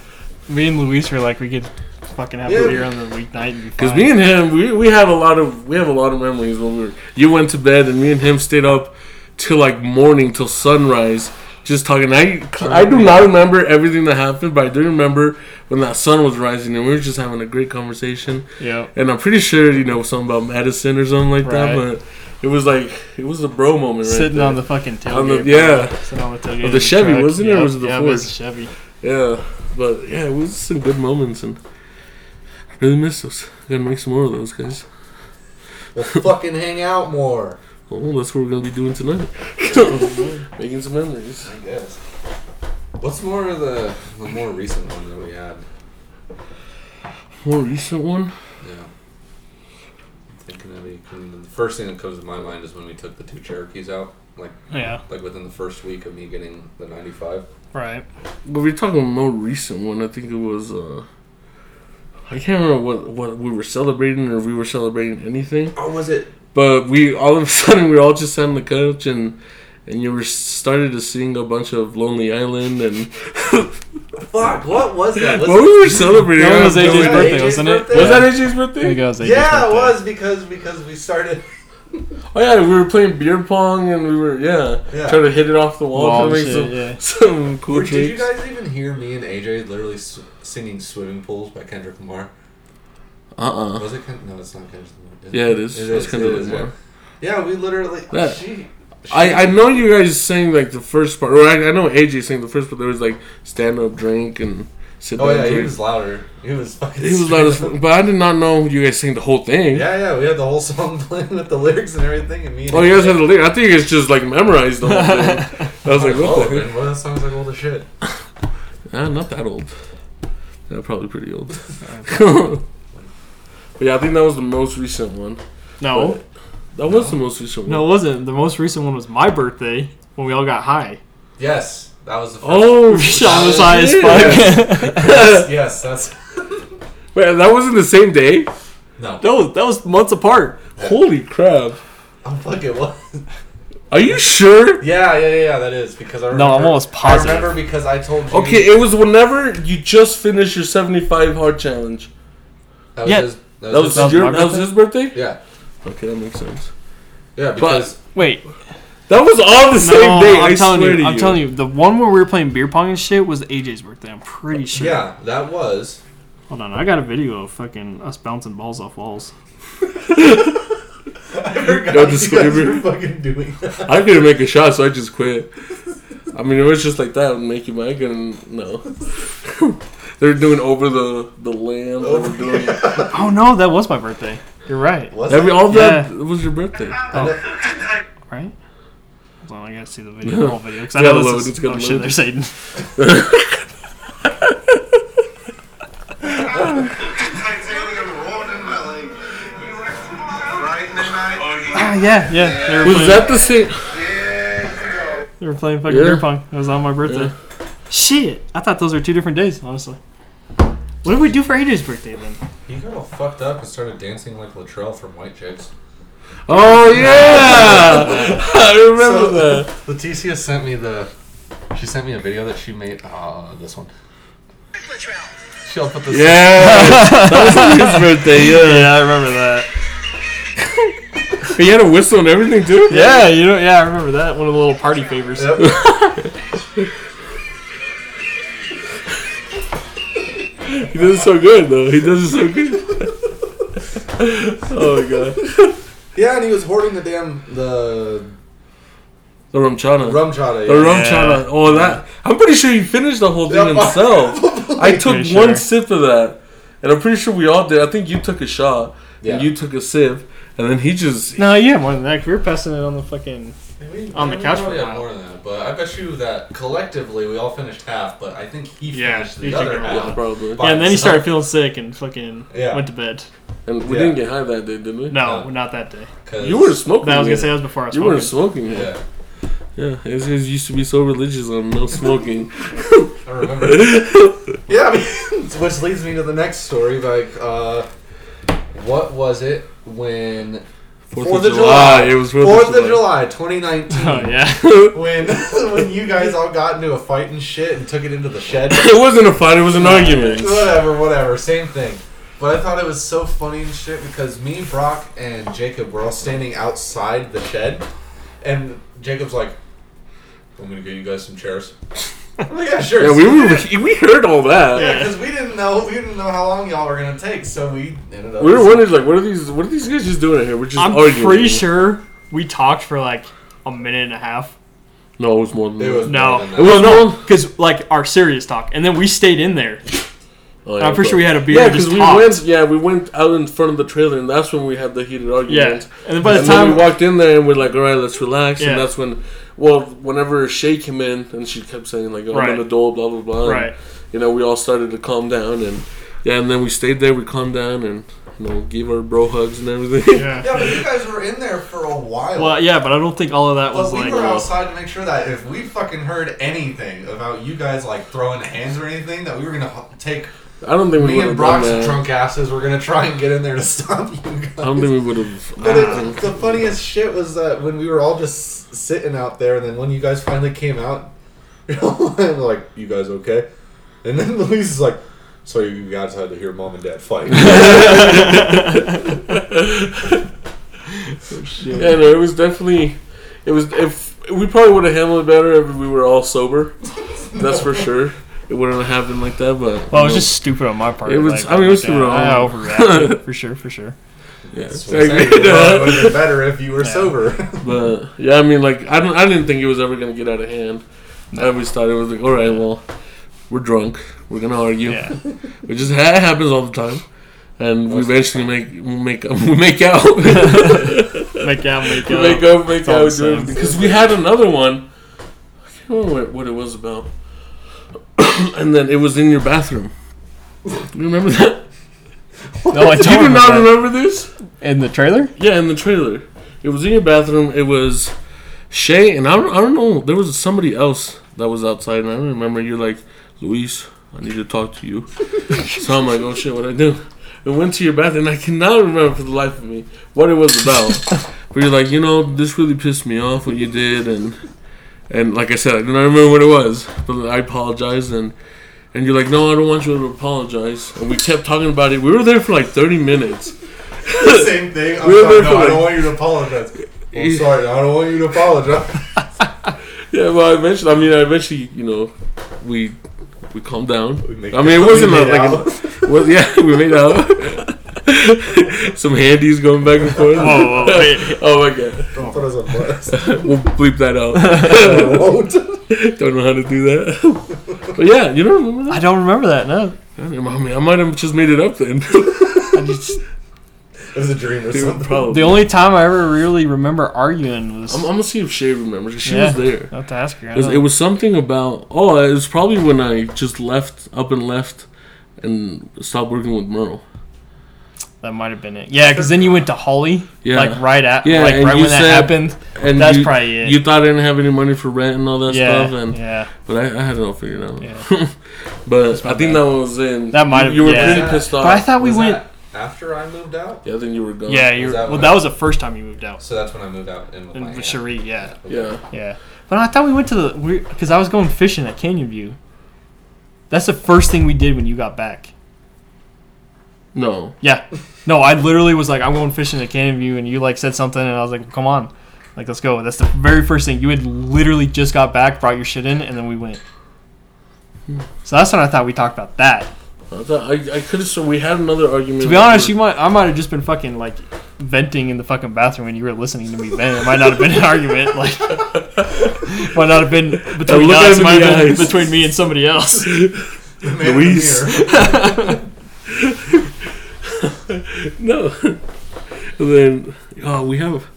S3: Me and Luis were like, we could fucking have
S1: Yeah.
S3: a beer on the weeknight and be
S2: Because
S3: fine.
S2: me and him, we, we have a lot of we have a lot of memories when we were. You went to bed and me and him stayed up till like morning till sunrise, just talking. I I do not remember everything that happened, but I do remember when that sun was rising and we were just having a great conversation.
S3: yeah.
S2: And I'm pretty sure you know something about medicine or something like that,
S3: Right.
S2: but it was like it was a bro moment, right?
S3: Sitting
S2: there.
S3: on the fucking tailgate.
S2: On the-
S3: bro.
S2: yeah.
S3: Sitting on the tailgate.
S2: the Chevy,
S3: truck.
S2: wasn't it, or
S3: Yep,
S2: was it the
S3: yep,
S2: Ford?
S3: the Chevy.
S2: yeah, but yeah, it was some good moments and. I Really miss those. Gotta make some more of those, guys.
S1: We'll fucking hang out more.
S2: Oh, that's what we're gonna be doing tonight. Making some memories.
S1: I guess. What's more of the the more recent one that we had?
S2: More recent one?
S1: Yeah. I'm Thinking of it, and the first thing that comes to my mind is when we took the two Cherokees out, like
S3: Yeah.
S1: like within the first week of me getting the ninety five.
S3: Right.
S2: But we're talking more recent one. I think it was. uh I can't remember what what we were celebrating or if we were celebrating anything.
S1: Oh, was it?
S2: But we all of a sudden we were all just sat on the couch and and you were started to sing a bunch of Lonely Island and
S1: Fuck! What was that? Was
S2: what we were celebrating.
S3: That
S2: I
S3: was
S2: don't
S3: AJ's
S2: know.
S3: birthday, wasn't it?
S2: Was that AJ's birthday?
S3: There goes.
S1: Yeah, it was because because we started
S2: Oh yeah, we were playing beer pong and we were yeah,
S1: Yeah.
S2: trying to hit it off the wall,
S3: Wall
S2: trying to make
S3: shit,
S2: some,
S3: yeah.
S2: some cool
S1: Wait, Did you
S2: tricks.
S1: guys even hear me and AJ literally s- singing "Swimming Pools" by Kendrick Lamar?
S2: Uh uh
S1: Was it? Ken- no, it's not Kendrick Lamar.
S2: Yeah, it is. It's Kendrick
S1: yeah.
S2: Lamar.
S1: Yeah, we literally.
S2: That-
S1: she,
S2: I, I know you guys sang like the first part, or I, I know AJ sang the first part. There was like stand up drink and sit down
S1: Oh yeah, he
S2: drink.
S1: was louder. He was fucking.
S2: He was loud as fuck, but I did not know you guys sang the whole thing.
S1: Yeah, yeah, we had the whole song playing with the lyrics and everything, and me. And
S2: Oh, you guys had the lyric. I think you guys just like memorized the whole thing. I was like, what
S1: oh,
S2: the?
S1: man, well, that song's like old as shit.
S2: Ah, not that old. Yeah, probably pretty old. but yeah, I think that was the most recent one.
S3: No,
S2: That was the most recent one.
S3: no, it wasn't. The most recent one was my birthday when we all got high.
S1: Yes, that was the. First
S2: Oh,
S3: Sean was
S1: shit.
S3: high as fuck.
S1: yes, yes, that's
S2: Wait, that wasn't the same day?
S1: no.
S3: no, that was months apart.
S2: Holy crap.
S1: I'm fucking what?
S2: Are you sure?
S1: Yeah, yeah, yeah, yeah. That is because I. Remember,
S3: I'm almost
S1: I
S3: positive.
S1: remember because I told you.
S2: Okay, it was whenever you just finished your 75 hard challenge.
S1: That was
S3: Yeah.
S1: His, that
S2: That was,
S1: was.
S3: that was
S2: your,
S3: my
S2: that was his birthday?
S1: his- yeah,
S2: Okay, that makes sense.
S1: yeah. Because
S3: Wait,
S2: That was all the same
S3: no,
S2: day, i
S3: I'm telling
S2: swear
S3: you,
S2: to you.
S3: I'm telling you, the one where we were playing beer pong and shit was AJ's birthday. I'm pretty sure.
S1: yeah, that was.
S3: Hold on, I got a video of fucking us bouncing balls off walls.
S1: I forgot
S2: No
S1: you guys
S2: disclaimer.
S1: were fucking doing that.
S2: I couldn't make a shot, so I just quit. I mean, it was just like that. Make you mic and no. They're doing over the the land. Over
S1: Over-
S2: doing
S3: Oh no, that was my birthday. You're right.
S1: Was
S2: every all that
S3: Yeah.
S2: was your birthday.
S3: Right? Hold on, I gotta see the video, the whole video. 'cause I
S2: Yeah,
S3: know
S2: load,
S3: this is,
S2: it's gotta
S3: oh
S2: load.
S3: shit, there's Aiden. Ah, yeah, yeah. They were,
S2: Was
S3: playing,
S2: that the same?
S3: they were playing fucking
S2: Yeah.
S3: beer pong. It was on my birthday.
S2: Yeah.
S3: Shit, I thought those were two different days, honestly. What did we do for AJ's birthday then?
S1: He got all fucked up and started dancing like Latrell from White Chicks.
S2: Oh yeah, I remember
S1: So-
S2: that.
S1: Leticia sent me the. She sent me a video that she made. Uh, this one. She'll put this.
S2: Yeah, that was his birthday. Yeah,
S3: I remember that.
S2: he had a whistle and everything too.
S3: Yeah, you know, yeah, I remember that. One of the little party favors.
S1: Yep.
S2: he does it so good though. He does it so good. oh my god,
S1: Yeah, and he was hoarding the damn the
S2: the rumchana.
S1: rum chata.
S2: The rum
S3: Yeah.
S2: chata. Oh, that. I'm pretty sure he finished the whole thing
S1: Yeah.
S2: himself. I took
S3: Pretty
S2: one
S3: sure.
S2: sip of that, and I'm pretty sure we all did. I think you took a shot,
S1: Yeah.
S2: and you took a sip, and then he just.
S3: No, you had more than that. 'cause We were passing it on the fucking.
S1: Maybe-
S3: On the
S1: maybe
S3: couch
S1: probably
S3: for a
S1: had
S3: while.
S1: more than that, but I bet you that collectively we all finished half, but I think he
S3: Yeah,
S1: finished
S3: he
S1: the other
S3: took it
S2: Yeah,
S1: half.
S2: probably.
S1: But-
S3: Yeah, and then he
S1: so-
S3: started feeling sick and fucking
S1: Yeah.
S3: went to bed.
S2: And we
S1: Yeah.
S2: didn't get high that day, did we?
S3: No,
S1: Yeah.
S3: not that day.
S1: 'cause-
S2: You were smoking.
S3: That I was gonna
S2: it.
S3: say that was before I was
S2: You
S3: smoking.
S2: weren't smoking. it.
S1: Yeah,
S2: Yeah, his, his used to be so religious on no smoking.
S1: I remember. yeah, I mean, which leads me to the next story. Like, uh, what was it when
S2: Fourth of July. It was Fourth of
S1: Fourth of
S2: July.
S1: July, 2019.
S3: Oh yeah.
S1: When when you guys all got into a fight and shit and took it into the shed.
S2: it wasn't a fight. It was an argument.
S1: whatever, whatever, same thing. But I thought it was so funny and shit because me, Brock, and Jacob were all standing outside the shed, and Jacob's like, "I'm gonna get you guys some chairs." I'm like, "Yeah, sure."
S2: Yeah, we were. We heard all that.
S3: Yeah.
S1: because we didn't know we didn't know how long y'all were gonna take, so we ended up.
S2: We were wondering, like, what are these? What are these guys just doing out here? We're just
S3: I'm
S2: arguing.
S3: pretty sure we talked for like a minute and a half.
S2: No, it was more than
S1: It
S2: that.
S1: was
S3: No,
S1: more than that.
S2: It was
S3: no,
S2: more-
S3: because like our serious talk, and then we stayed in there.
S2: Oh,
S3: I'm pretty sure we had a beer
S2: Yeah,
S3: and
S2: because
S3: just
S2: we
S3: talked.
S2: went. Yeah, we went out in front of the trailer, and that's when we had the heated
S3: Yeah,
S2: argument.
S3: and then by the
S2: and
S3: time
S2: then we walked in there, and we're like, "All right, let's relax."
S3: Yeah.
S2: And that's when, well, whenever Shay came in, and she kept saying like, "Oh,
S3: Right.
S2: I'm an adult," blah blah blah. and,
S3: right,
S2: you know, we all started to calm down, and yeah, and then we stayed there. We calmed down, and you know, gave our bro hugs and everything.
S3: yeah.
S1: Yeah, but you guys were in there for a while.
S3: Well, yeah, but I don't think all of that was
S1: But we were
S3: like.
S1: outside to make sure that if we fucking heard anything about you guys like throwing hands or anything, that we were gonna h- take
S2: I don't think we
S1: me
S2: would
S1: and
S2: have done
S1: Brock's
S2: that. Oh
S1: drunk asses were gonna try and get in there to stop you guys.
S2: I don't think we would have.
S1: But it, the funniest shit was that when we were all just sitting out there, and then when you guys finally came out, and we're like, "You guys okay?" And then Luis is like, "So you guys had to hear mom and dad fight."
S3: Oh, shit.
S2: Yeah, no, it was definitely. It was if we probably would have handled it better if we were all sober. That's for sure. It wouldn't have happened like that, but
S3: Well, it was
S2: you
S3: just stupid on my part.
S2: It was- I mean, it was stupid on
S3: I
S2: all-
S3: overreacted for sure, for sure.
S2: know, yeah.
S1: That's what I'm saying.
S2: Like,
S1: It would have been better if you were
S3: Yeah.
S1: sober.
S2: But yeah, I mean, like I don't, I didn't think it was ever gonna get out of hand. I always thought it was like, all right, well, we're drunk, we're gonna argue,
S3: Yeah,
S2: which is that happens all the time, and we eventually make we make we make out, we
S3: make out, make out.
S2: make up, make
S3: It's all
S2: out,
S3: the same.
S2: because we had another one. I can't remember what- what it was about, and then it was in your bathroom. You remember that?
S3: No, I
S2: you
S3: don't.
S2: do
S3: remember
S2: not
S3: that.
S2: remember this?
S3: In the trailer?
S2: Yeah, in the trailer. It was in your bathroom. It was Shay, and I don't, I don't know. There was somebody else that was outside, and I don't remember. You're like, Luis, I need to talk to you. so I'm like, oh shit, what I do? And went to your bathroom, and I cannot remember for the life of me what it was about. but you're like, you know, this really pissed me off what you did, and and like I said, I do not remember what it was, but I apologized, and and you're like, no, I don't want you to apologize. And we kept talking about it. We were there for like 30 minutes.
S1: The Same thing. I'm
S2: We were
S1: sorry,
S2: there
S1: no,
S2: for
S1: I don't
S2: like-
S1: want you to apologize. I'm sorry. I don't want you to apologize.
S2: Yeah, well, eventually, I mean, eventually, you know, we we calmed down.
S1: We make-
S2: I mean, it
S1: we
S2: wasn't
S1: made
S2: like,
S1: out.
S2: like well, yeah, we made out. Some handies going back and forth.
S3: Whoa, whoa, wait.
S2: oh my god,
S1: Don't put us on blast.
S2: we'll bleep that out.
S1: I won't.
S2: don't know how to do that. but yeah, you don't remember
S3: I
S2: that?
S3: don't remember that. No,
S2: I, don't know, I mean, I might have just made it up then.
S3: I just,
S1: It was a dream or
S2: Dude,
S1: something.
S2: probably.
S3: the only time I ever really remember arguing was.
S2: I'm, I'm gonna see if Shay remembers. 'cause She was
S3: Yeah.
S2: there.
S3: I have to ask her. I
S2: It was,
S3: don't-
S2: it was something about. Oh, it was probably when I just left, up and left, and stopped working with Merle.
S3: that might have been it. Yeah, because then you went to Holly.
S2: Yeah.
S3: Like right at.
S2: Yeah,
S3: like
S2: and
S3: right
S2: you
S3: when that
S2: said-
S3: happened.
S2: And
S3: That's
S2: you,
S3: probably it.
S2: You thought I didn't have any money for rent and all that
S3: yeah,
S2: stuff, and
S3: yeah.
S2: but I, I had it all figured out.
S3: Yeah.
S2: but I think
S3: bad.
S2: that one was in.
S3: That might have-
S2: You were
S3: yeah.
S2: pretty pissed off.
S3: But I thought we
S1: Was
S3: went.
S1: that after I moved out.
S2: yeah, I think you were gone.
S3: yeah, you.
S1: Was that Oh,
S3: Well,
S1: when
S3: that
S1: I-
S3: was the first time you moved out.
S1: So that's when I moved out in with
S3: And
S1: my
S3: with
S1: aunt.
S3: Cherie, yeah.
S2: Yeah.
S3: Yeah, but I thought we went to the because I was going fishing at Canyon View. That's the first thing we did when you got back.
S2: No.
S3: Yeah, no, I literally was like, I'm going fishing at Canyon View, and you like said something, and I was like, come on, like let's go. That's the very first thing you had literally just got back, brought your shit in, and then we went. So that's when I thought we talked about that.
S2: I thought I, I could have. So we had another argument.
S3: To be honest, you might I might have just been fucking like venting in the fucking bathroom, and you were listening to me then. It might not have been an argument, like might not have been between
S2: look at
S3: us,
S2: him in
S3: it might
S2: the
S3: have been
S2: eyes.
S3: between me and somebody else.
S1: The man in the
S2: Luis.
S1: mirror.
S2: No. and then oh, we have.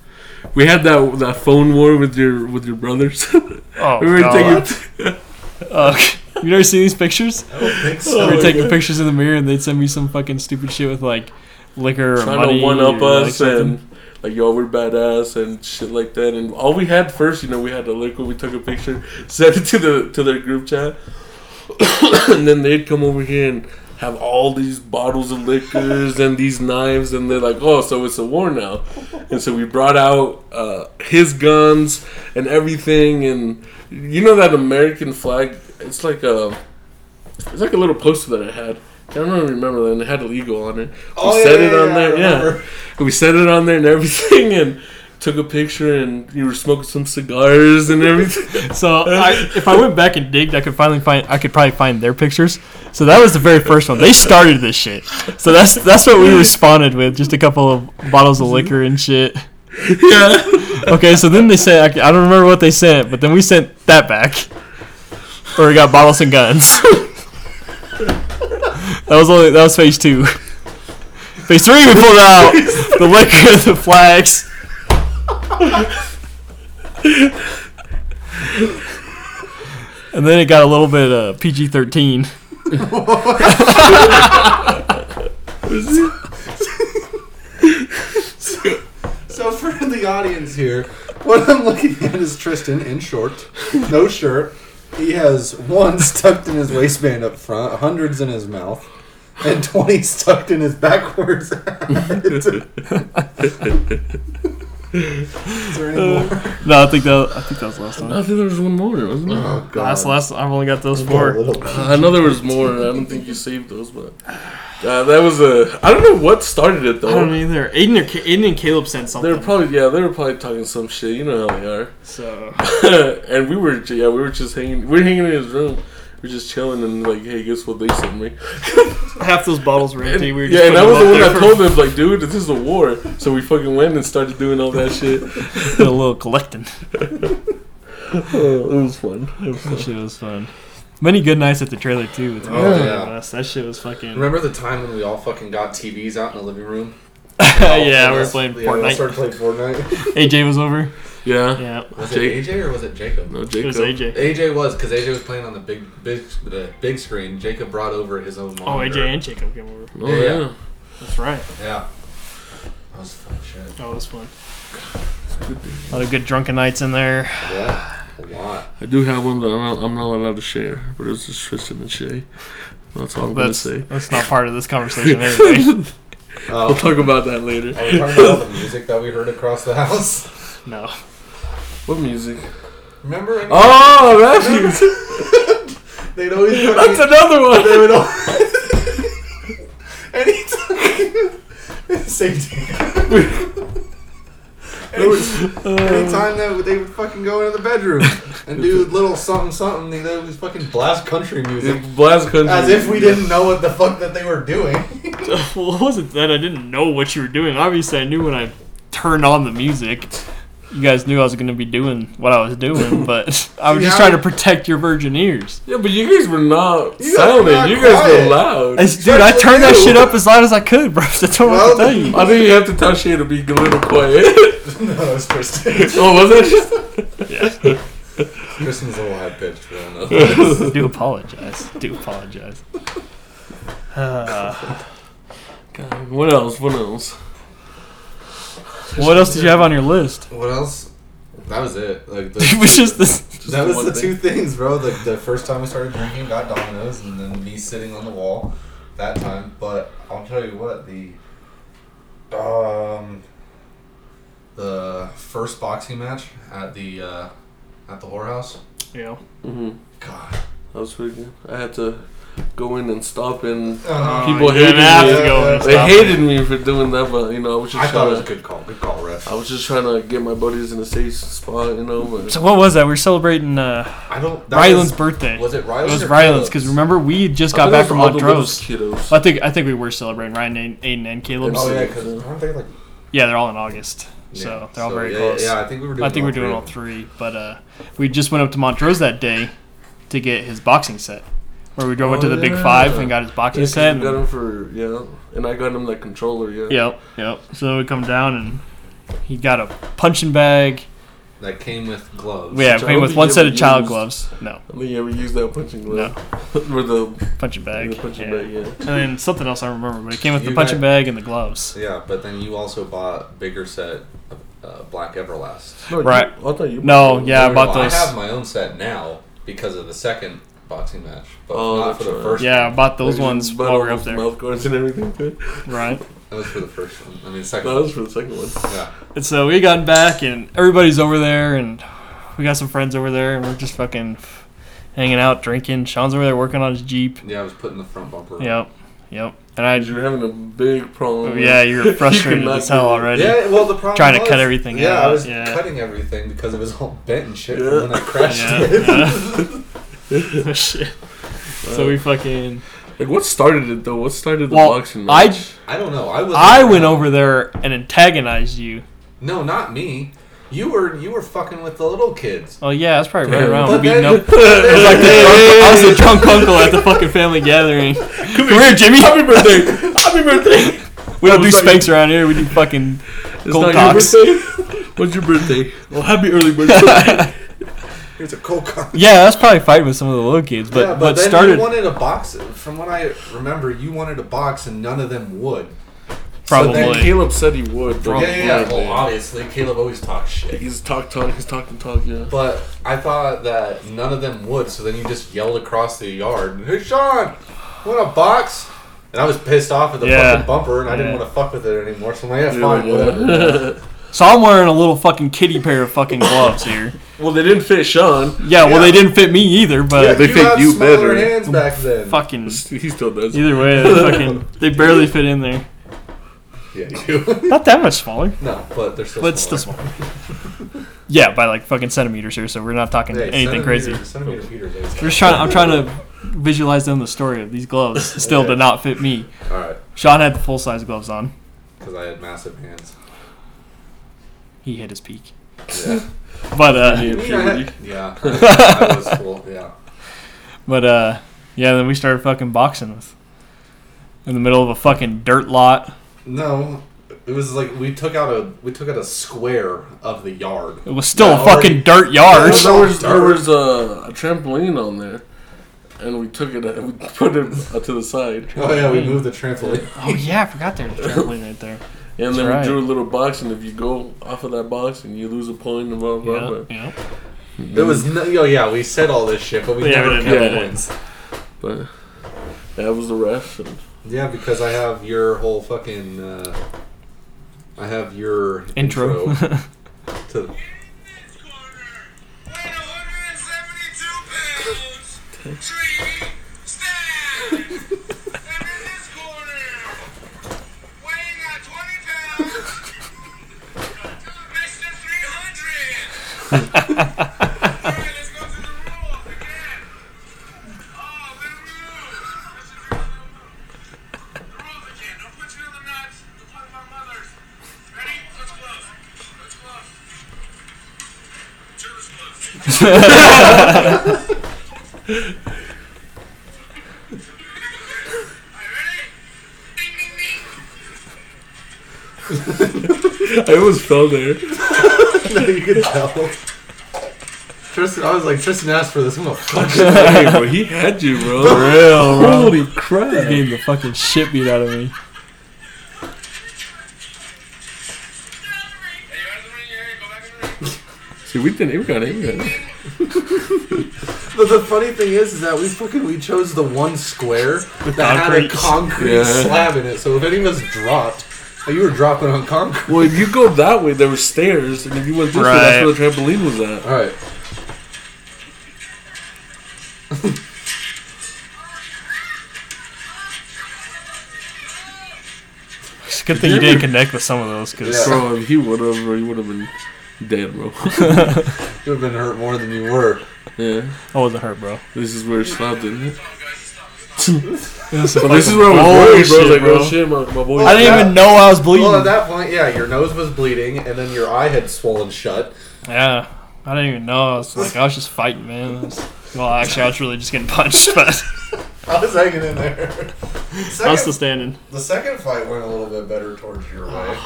S2: We had that that phone war with your with your brothers.
S3: Oh,
S2: we were
S3: God.
S2: taking
S3: Ugh. you never seen these pictures?
S1: I don't think
S3: we
S1: so.
S3: were
S2: my
S3: taking
S2: God.
S3: pictures in the mirror, and they'd send me some fucking stupid shit with like liquor or
S2: trying
S3: money
S2: to one up
S3: or, like,
S2: us
S3: something.
S2: and like yo, we're badass and shit like that. And all we had first, you know, we had the liquor. We took a picture, sent it to the to their group chat, and then they'd come over here and have all these bottles of liquors and these knives, and they're like, oh, so it's a war now. And so we brought out uh, his guns and everything, and you know that American flag. It's like a it's like a little poster that I had. I don't really remember that. And it had an eagle on it. We
S1: Oh, yeah,
S2: set
S1: yeah,
S2: it on
S1: yeah, I
S2: there. Yeah,
S1: remember.
S2: we set it on there and everything, and took a picture. And you were smoking some cigars and everything.
S3: So I, if I went back and digged, I could finally find. I could probably find their pictures. So that was the very first one. They started this shit. So that's that's what we responded with. Just a couple of bottles of liquor and shit.
S2: yeah,
S3: Okay, so then they sent. I, I don't remember what they sent, but then we sent that back. Or we got bottles and guns. that was only that was phase two. Phase three, we pulled out the liquor, the flags. And then it got a little bit uh, PG thirteen.
S1: So for the audience here, what I'm looking at is Tristan in shorts, no shirt. He has one tucked in his waistband up front, hundreds in his mouth, and twenties tucked in his backwards. is there any more?
S3: No, I think that I think that was last time.
S2: I think there was one more, wasn't there?
S1: Oh
S3: Last last. I've only got those
S1: Poor
S3: four.
S1: little-
S2: I know there was more. and I don't think you saved those, but Uh, that was a. I don't know what started it
S3: I don't
S2: though.
S3: either. Aiden, or Ca- Aiden and Caleb said
S2: They
S3: something.
S2: were probably yeah. They were probably talking some shit. You know how they are.
S3: so
S2: and we were yeah. We were just hanging. We were hanging in his room. We were just chilling and like, hey, guess what they sent me?
S3: half those bottles were
S2: And-
S3: empty. We were just
S2: yeah, and I
S3: putting
S2: was the
S3: them
S2: one
S3: out
S2: that
S3: there
S2: told them like, dude, this is a war. So we fucking went and started doing all that shit.
S3: for- did a little collecting.
S2: Oh, it was fun. It was fun.
S3: That shit was fun. Many good nights at the trailer too. With
S1: Oh,
S3: all
S1: yeah.
S3: of us. That shit was fucking.
S1: Remember the time when we all fucking got TVs out in the living room?
S3: yeah, we were
S1: Us-
S3: playing
S1: yeah, we all
S3: Fortnite.
S1: started playing Fortnite.
S3: AJ was over.
S2: Yeah.
S3: Yeah,
S1: Was
S2: Jake-
S1: it AJ or was it Jacob?
S2: No,
S3: it
S2: Jacob.
S3: was AJ.
S1: AJ was because AJ was playing on the big big the big screen. Jacob brought over his own
S3: Oh, AJ
S1: monitor.
S3: and Jacob came over.
S2: Oh
S1: Yeah.
S2: yeah.
S3: That's right.
S1: Yeah. That was fun shit.
S3: That was fun. A lot of good drunken nights in there.
S1: Yeah. A lot.
S2: I do have one that I'm not, I'm not allowed to share, but it was just Tristan and Shay. That's all I'm gonna
S3: That's,
S2: say.
S3: that's not part of this conversation anyway.
S1: Oh,
S2: We'll talk about that later.
S1: are we talking about all the music that we heard across the house?
S3: no.
S2: What music?
S1: Remember? any-
S2: Oh, that music.
S1: They'd always put
S2: That's
S1: me-
S2: another
S1: they
S2: one.
S1: would always. Anytime. Safety. Anytime that they would fucking go into the bedroom and do little something something, they would always fucking blast country music.
S2: Blast country.
S1: As if we didn't know what the fuck that they were doing.
S3: well, it wasn't that I didn't know what you were doing. Obviously, I knew when I turned on the music. You guys knew I was going to be doing what I was doing, but I was
S1: See,
S3: just
S1: I-
S3: trying to protect your virgin ears.
S2: Yeah, but you guys were not
S1: You guys
S2: silent.
S1: were not
S2: you guys
S1: quiet.
S2: were loud.
S3: I-
S2: I
S3: dude, I
S1: Especially
S3: turned that
S1: you.
S3: shit up as loud as I could, bro. That's all I
S1: Well,
S3: can tell you.
S2: think you have to tell Shay to be a little quiet.
S1: no, it was Kristen.
S2: oh, was that just?
S1: Kristen's a little high pitched, we all know. that.
S3: do apologize. Do apologize. Uh,
S2: God, what else? What else?
S3: what else did you have on your list?
S1: What else? That was it. Like the,
S3: It was just this.
S2: Just
S1: that
S2: the
S1: was
S2: one
S1: the
S2: thing.
S1: two things, bro. The, the first time I started drinking, got Domino's, and then me sitting on the wall that time. But I'll tell you what, the um the first boxing match at the uh, at the whorehouse.
S3: You know,
S2: Mhm.
S1: God,
S2: That was pretty good. I had to go in and stop and
S1: Uh,
S2: People
S3: you
S2: hated
S3: didn't have
S1: me.
S3: to go and
S2: They
S3: stop
S2: hated me for doing that, but you know, I was just
S1: I thought it
S2: trying
S1: was a
S2: to.
S1: good call. Good call, ref.
S2: I was just trying to get my buddies in a safe spot, you know. But
S3: So what was that? We were celebrating uh,
S1: I don't. that
S3: Ryland's
S1: was-
S3: birthday.
S1: Was it
S3: It
S1: Ryland's?
S3: was
S1: or
S3: Ryland's because
S1: Caleb's?
S3: remember we had just
S2: I
S3: got
S2: think
S3: back
S2: it
S3: from
S2: was all the little
S3: Montrose.
S2: Kiddos.
S3: I think I think we were celebrating Ryan, and Aiden, and Caleb.
S1: Oh
S2: Ryland's-
S1: yeah, because aren't they like?
S3: Yeah, they're all in August,
S1: Yeah,
S3: so they're all
S1: so,
S3: very
S1: yeah,
S3: close.
S1: Yeah, I think we were doing.
S3: I think we're doing all three, but uh, we just went up to Montrose that day to get his boxing set, where we drove up
S2: Oh,
S3: to the Big
S2: yeah.
S3: Five and got his boxing
S2: Yeah, 'cause
S3: set.
S2: we
S3: and-
S2: got him for yeah, and I got him that controller. Yeah,
S3: Yep, yep. So we come down and he got a punching bag.
S1: That came with gloves.
S3: Yeah,
S2: Which I
S3: came
S2: don't
S3: with
S2: think
S3: one
S2: you
S3: set
S2: ever
S3: of child
S2: used.
S3: gloves. No,
S2: I think you ever used that punching glove or the,
S3: punching bag.
S2: the punching
S3: yeah.
S2: bag. Yeah,
S3: And then something else I don't remember, but it came with the
S1: You
S3: punching
S1: got-
S3: bag and the gloves.
S1: Yeah, but then you also bought bigger set of uh, Black Everlast.
S2: no, you-
S3: Right.
S2: I thought you.
S3: No, yeah, I
S2: you
S3: bought
S1: Well,
S2: were-
S1: I
S3: those.
S1: have my own set now because of the second boxing match, but
S2: Oh,
S1: not
S2: that's
S1: for the
S2: right.
S1: first.
S3: Yeah, I
S1: one.
S3: bought those
S2: you
S3: ones
S2: bought
S3: while
S2: all
S3: we were up
S2: those
S3: there.
S2: Mouth guards and everything. Too.
S3: Right.
S1: that was for the first one. I mean, second.
S2: That was
S1: one.
S2: for the second one.
S1: Yeah,
S3: And so we got back and everybody's over there and we got some friends over there and we're just fucking hanging out, drinking. Sean's over there working on his Jeep.
S1: yeah, I was putting the front bumper. on.
S3: Yep. Yep. And I
S2: You're having a big problem. with-
S3: Oh, yeah, you were frustrated
S2: cannot
S3: as hell
S2: do it.
S3: already.
S1: Yeah, well, the problem
S3: Trying to
S1: was-
S3: cut everything
S1: Yeah,
S3: out,
S1: I was
S3: yeah.
S1: cutting everything because it was all bent and shit
S2: Yeah.
S1: from when I crashed
S3: Yeah,
S1: it.
S3: yeah. Shit. So we fucking
S2: Like what started it though? What started the
S3: Well,
S2: boxing
S3: I-
S2: match?
S1: I don't know. I was.
S3: I went over there and antagonized you.
S1: No, not me. You were you were fucking with the little kids.
S3: Oh yeah, that's probably right
S2: Yeah.
S3: around.
S2: But
S3: we beating up.
S1: then-
S3: I was a drunk uncle at the fucking family gathering. Come here, Jimmy. Happy birthday. Happy birthday. We don't do
S2: It's not
S3: spanks around here. We do fucking.
S2: It's
S3: Gold
S2: not
S3: Cox.
S2: your birthday. What's your birthday? Well, happy early birthday.
S3: yeah,
S1: Here's a cold cup.
S3: that's probably fighting with some of the little kids. But
S1: yeah, but
S3: what
S1: then
S3: started
S1: you wanted a box. From what I remember, you wanted a box, and none of them would.
S2: But then
S3: probably.
S2: Caleb said he would. But
S1: Oh, Yeah, yeah, Oh, yeah.
S2: Probably.
S1: Well, obviously, Caleb always talks shit.
S2: He's talk talk. He's talking talk. Yeah.
S1: But I thought that none of them would, so then you just yelled across the yard, "Hey, Sean, want a box?" And I was pissed off at the
S3: Yeah.
S1: fucking bumper, and I didn't
S3: Yeah.
S1: want to fuck with it anymore. So I'm like, "Yeah,
S2: Yeah,
S1: fine,
S2: yeah.
S1: whatever."
S3: So I'm wearing a little fucking kitty pair of fucking gloves here.
S2: Well, they didn't fit Sean.
S3: Yeah, well, they didn't fit me either,
S1: Yeah,
S3: but
S2: they
S1: you
S2: think
S1: had
S2: you
S1: smaller
S2: better.
S1: hands back then.
S3: fucking
S2: He still does.
S3: either way, they fucking they barely fit in there.
S1: Yeah, you.
S3: Not that much smaller,
S1: no, but they're still.
S3: but still
S1: smaller.
S3: small. Yeah, by like fucking centimeters here, so we're not talking
S1: Hey,
S3: anything crazy.
S1: centimeter- Centimeter Peter.
S3: We're just trying. I'm trying to visualize them the story of these gloves. Still did not fit me.
S1: All right,
S3: Sean had the full size gloves on.
S1: because I had massive hands.
S3: He hit his peak.
S1: Yeah.
S3: But uh,
S2: Yeah.
S1: yeah. I, I was full. Yeah.
S3: but uh, yeah. Then we started fucking boxing with in the middle of a fucking dirt lot.
S1: No, it was like we took out a we took out a square of the yard.
S3: It was still
S1: No,
S3: a
S1: already-
S3: fucking dirt
S2: There
S3: yard.
S2: was, there was, there was uh, a, a trampoline on there, and we took it and we put it to the side,
S1: Oh yeah, we moved the trampoline.
S3: Oh yeah, I forgot there was a trampoline right there.
S2: and then
S3: That's
S2: we drew
S3: right.
S2: a little box. And if you go off of that box and you lose a point, and blah blah blah.
S3: Yeah, yeah.
S1: It was no, oh yeah, we said all this shit, but we
S3: Yeah,
S1: never
S3: we didn't
S1: kept
S2: have it.
S1: points.
S2: But that was the ref. And
S1: Yeah, because I have your whole fucking. Uh, I have your
S3: Intro.
S1: to
S4: Ready? Let's close. Let's close. Church close.
S2: I almost fell there.
S1: no, you can tell. Tristan, I was like, Tristan asked for this. I'm gonna fuck you.
S2: hey, bro, he had you, bro.
S3: Real, bro.
S2: Holy crap!
S3: Getting the fucking shit beat out of me.
S2: See, we didn't. We got it. We got it.
S1: But the funny thing is, is that we fucking we chose the one square that had a
S3: concrete.
S1: concrete
S2: Yeah.
S1: slab in it. So if any of us dropped, oh, you were dropping on concrete.
S2: Well, if you go that way, there were stairs, and if you went this way, that's where the trampoline was at.
S1: All right.
S3: It's a good thing you didn't connect with some of those, cause
S1: Yeah.
S2: Bro, if he would have, bro, he would have been dead, bro.
S1: You would have been hurt more than you were.
S2: yeah,
S3: I wasn't hurt, bro.
S2: this is where it stopped, didn't it?
S3: This
S2: But this is where I was worried, bro. I was like, oh shit, my, my boy.
S3: I didn't even know I was bleeding.
S1: Well, at that point, yeah, your nose was bleeding, and then your eye had swollen shut.
S3: Yeah, I didn't even know. I was like, I was just fighting, man. I was- well, actually, I was really just getting punched, but
S1: I was hanging in there.
S3: I
S1: Second,
S3: was still standing.
S1: the second fight went a little bit better towards your way.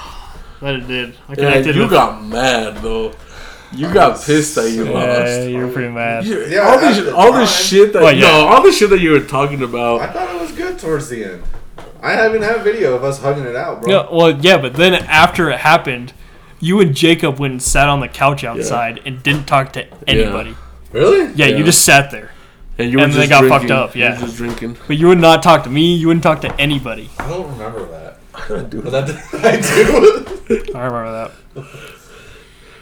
S3: That it did. I
S2: Yeah,
S3: connected.
S2: you
S3: with,
S2: got mad though. You
S1: I
S2: got
S1: was
S2: pissed that you
S1: so-
S3: yeah,
S2: lost.
S3: you were pretty mad.
S2: You-
S1: Yeah,
S2: all
S1: at
S2: this,
S1: the
S2: all this
S1: time.
S2: shit that
S3: Well, yeah.
S2: no, all the shit that you were talking about.
S1: I thought it was good towards the end. I even have video of us hugging it out, bro.
S3: Yeah, well, yeah, but then after it happened, you and Jacob went and sat on the couch outside and didn't talk to anybody.
S1: Really?
S3: Yeah,
S2: Yeah.
S3: you just sat there,
S2: and you were
S3: and they
S2: just
S3: got
S2: drinking.
S3: fucked up,
S2: You were
S3: yeah.
S2: just drinking.
S3: but you would not talk to me. You wouldn't talk to anybody.
S1: I don't remember that. But that I do.
S3: I remember that.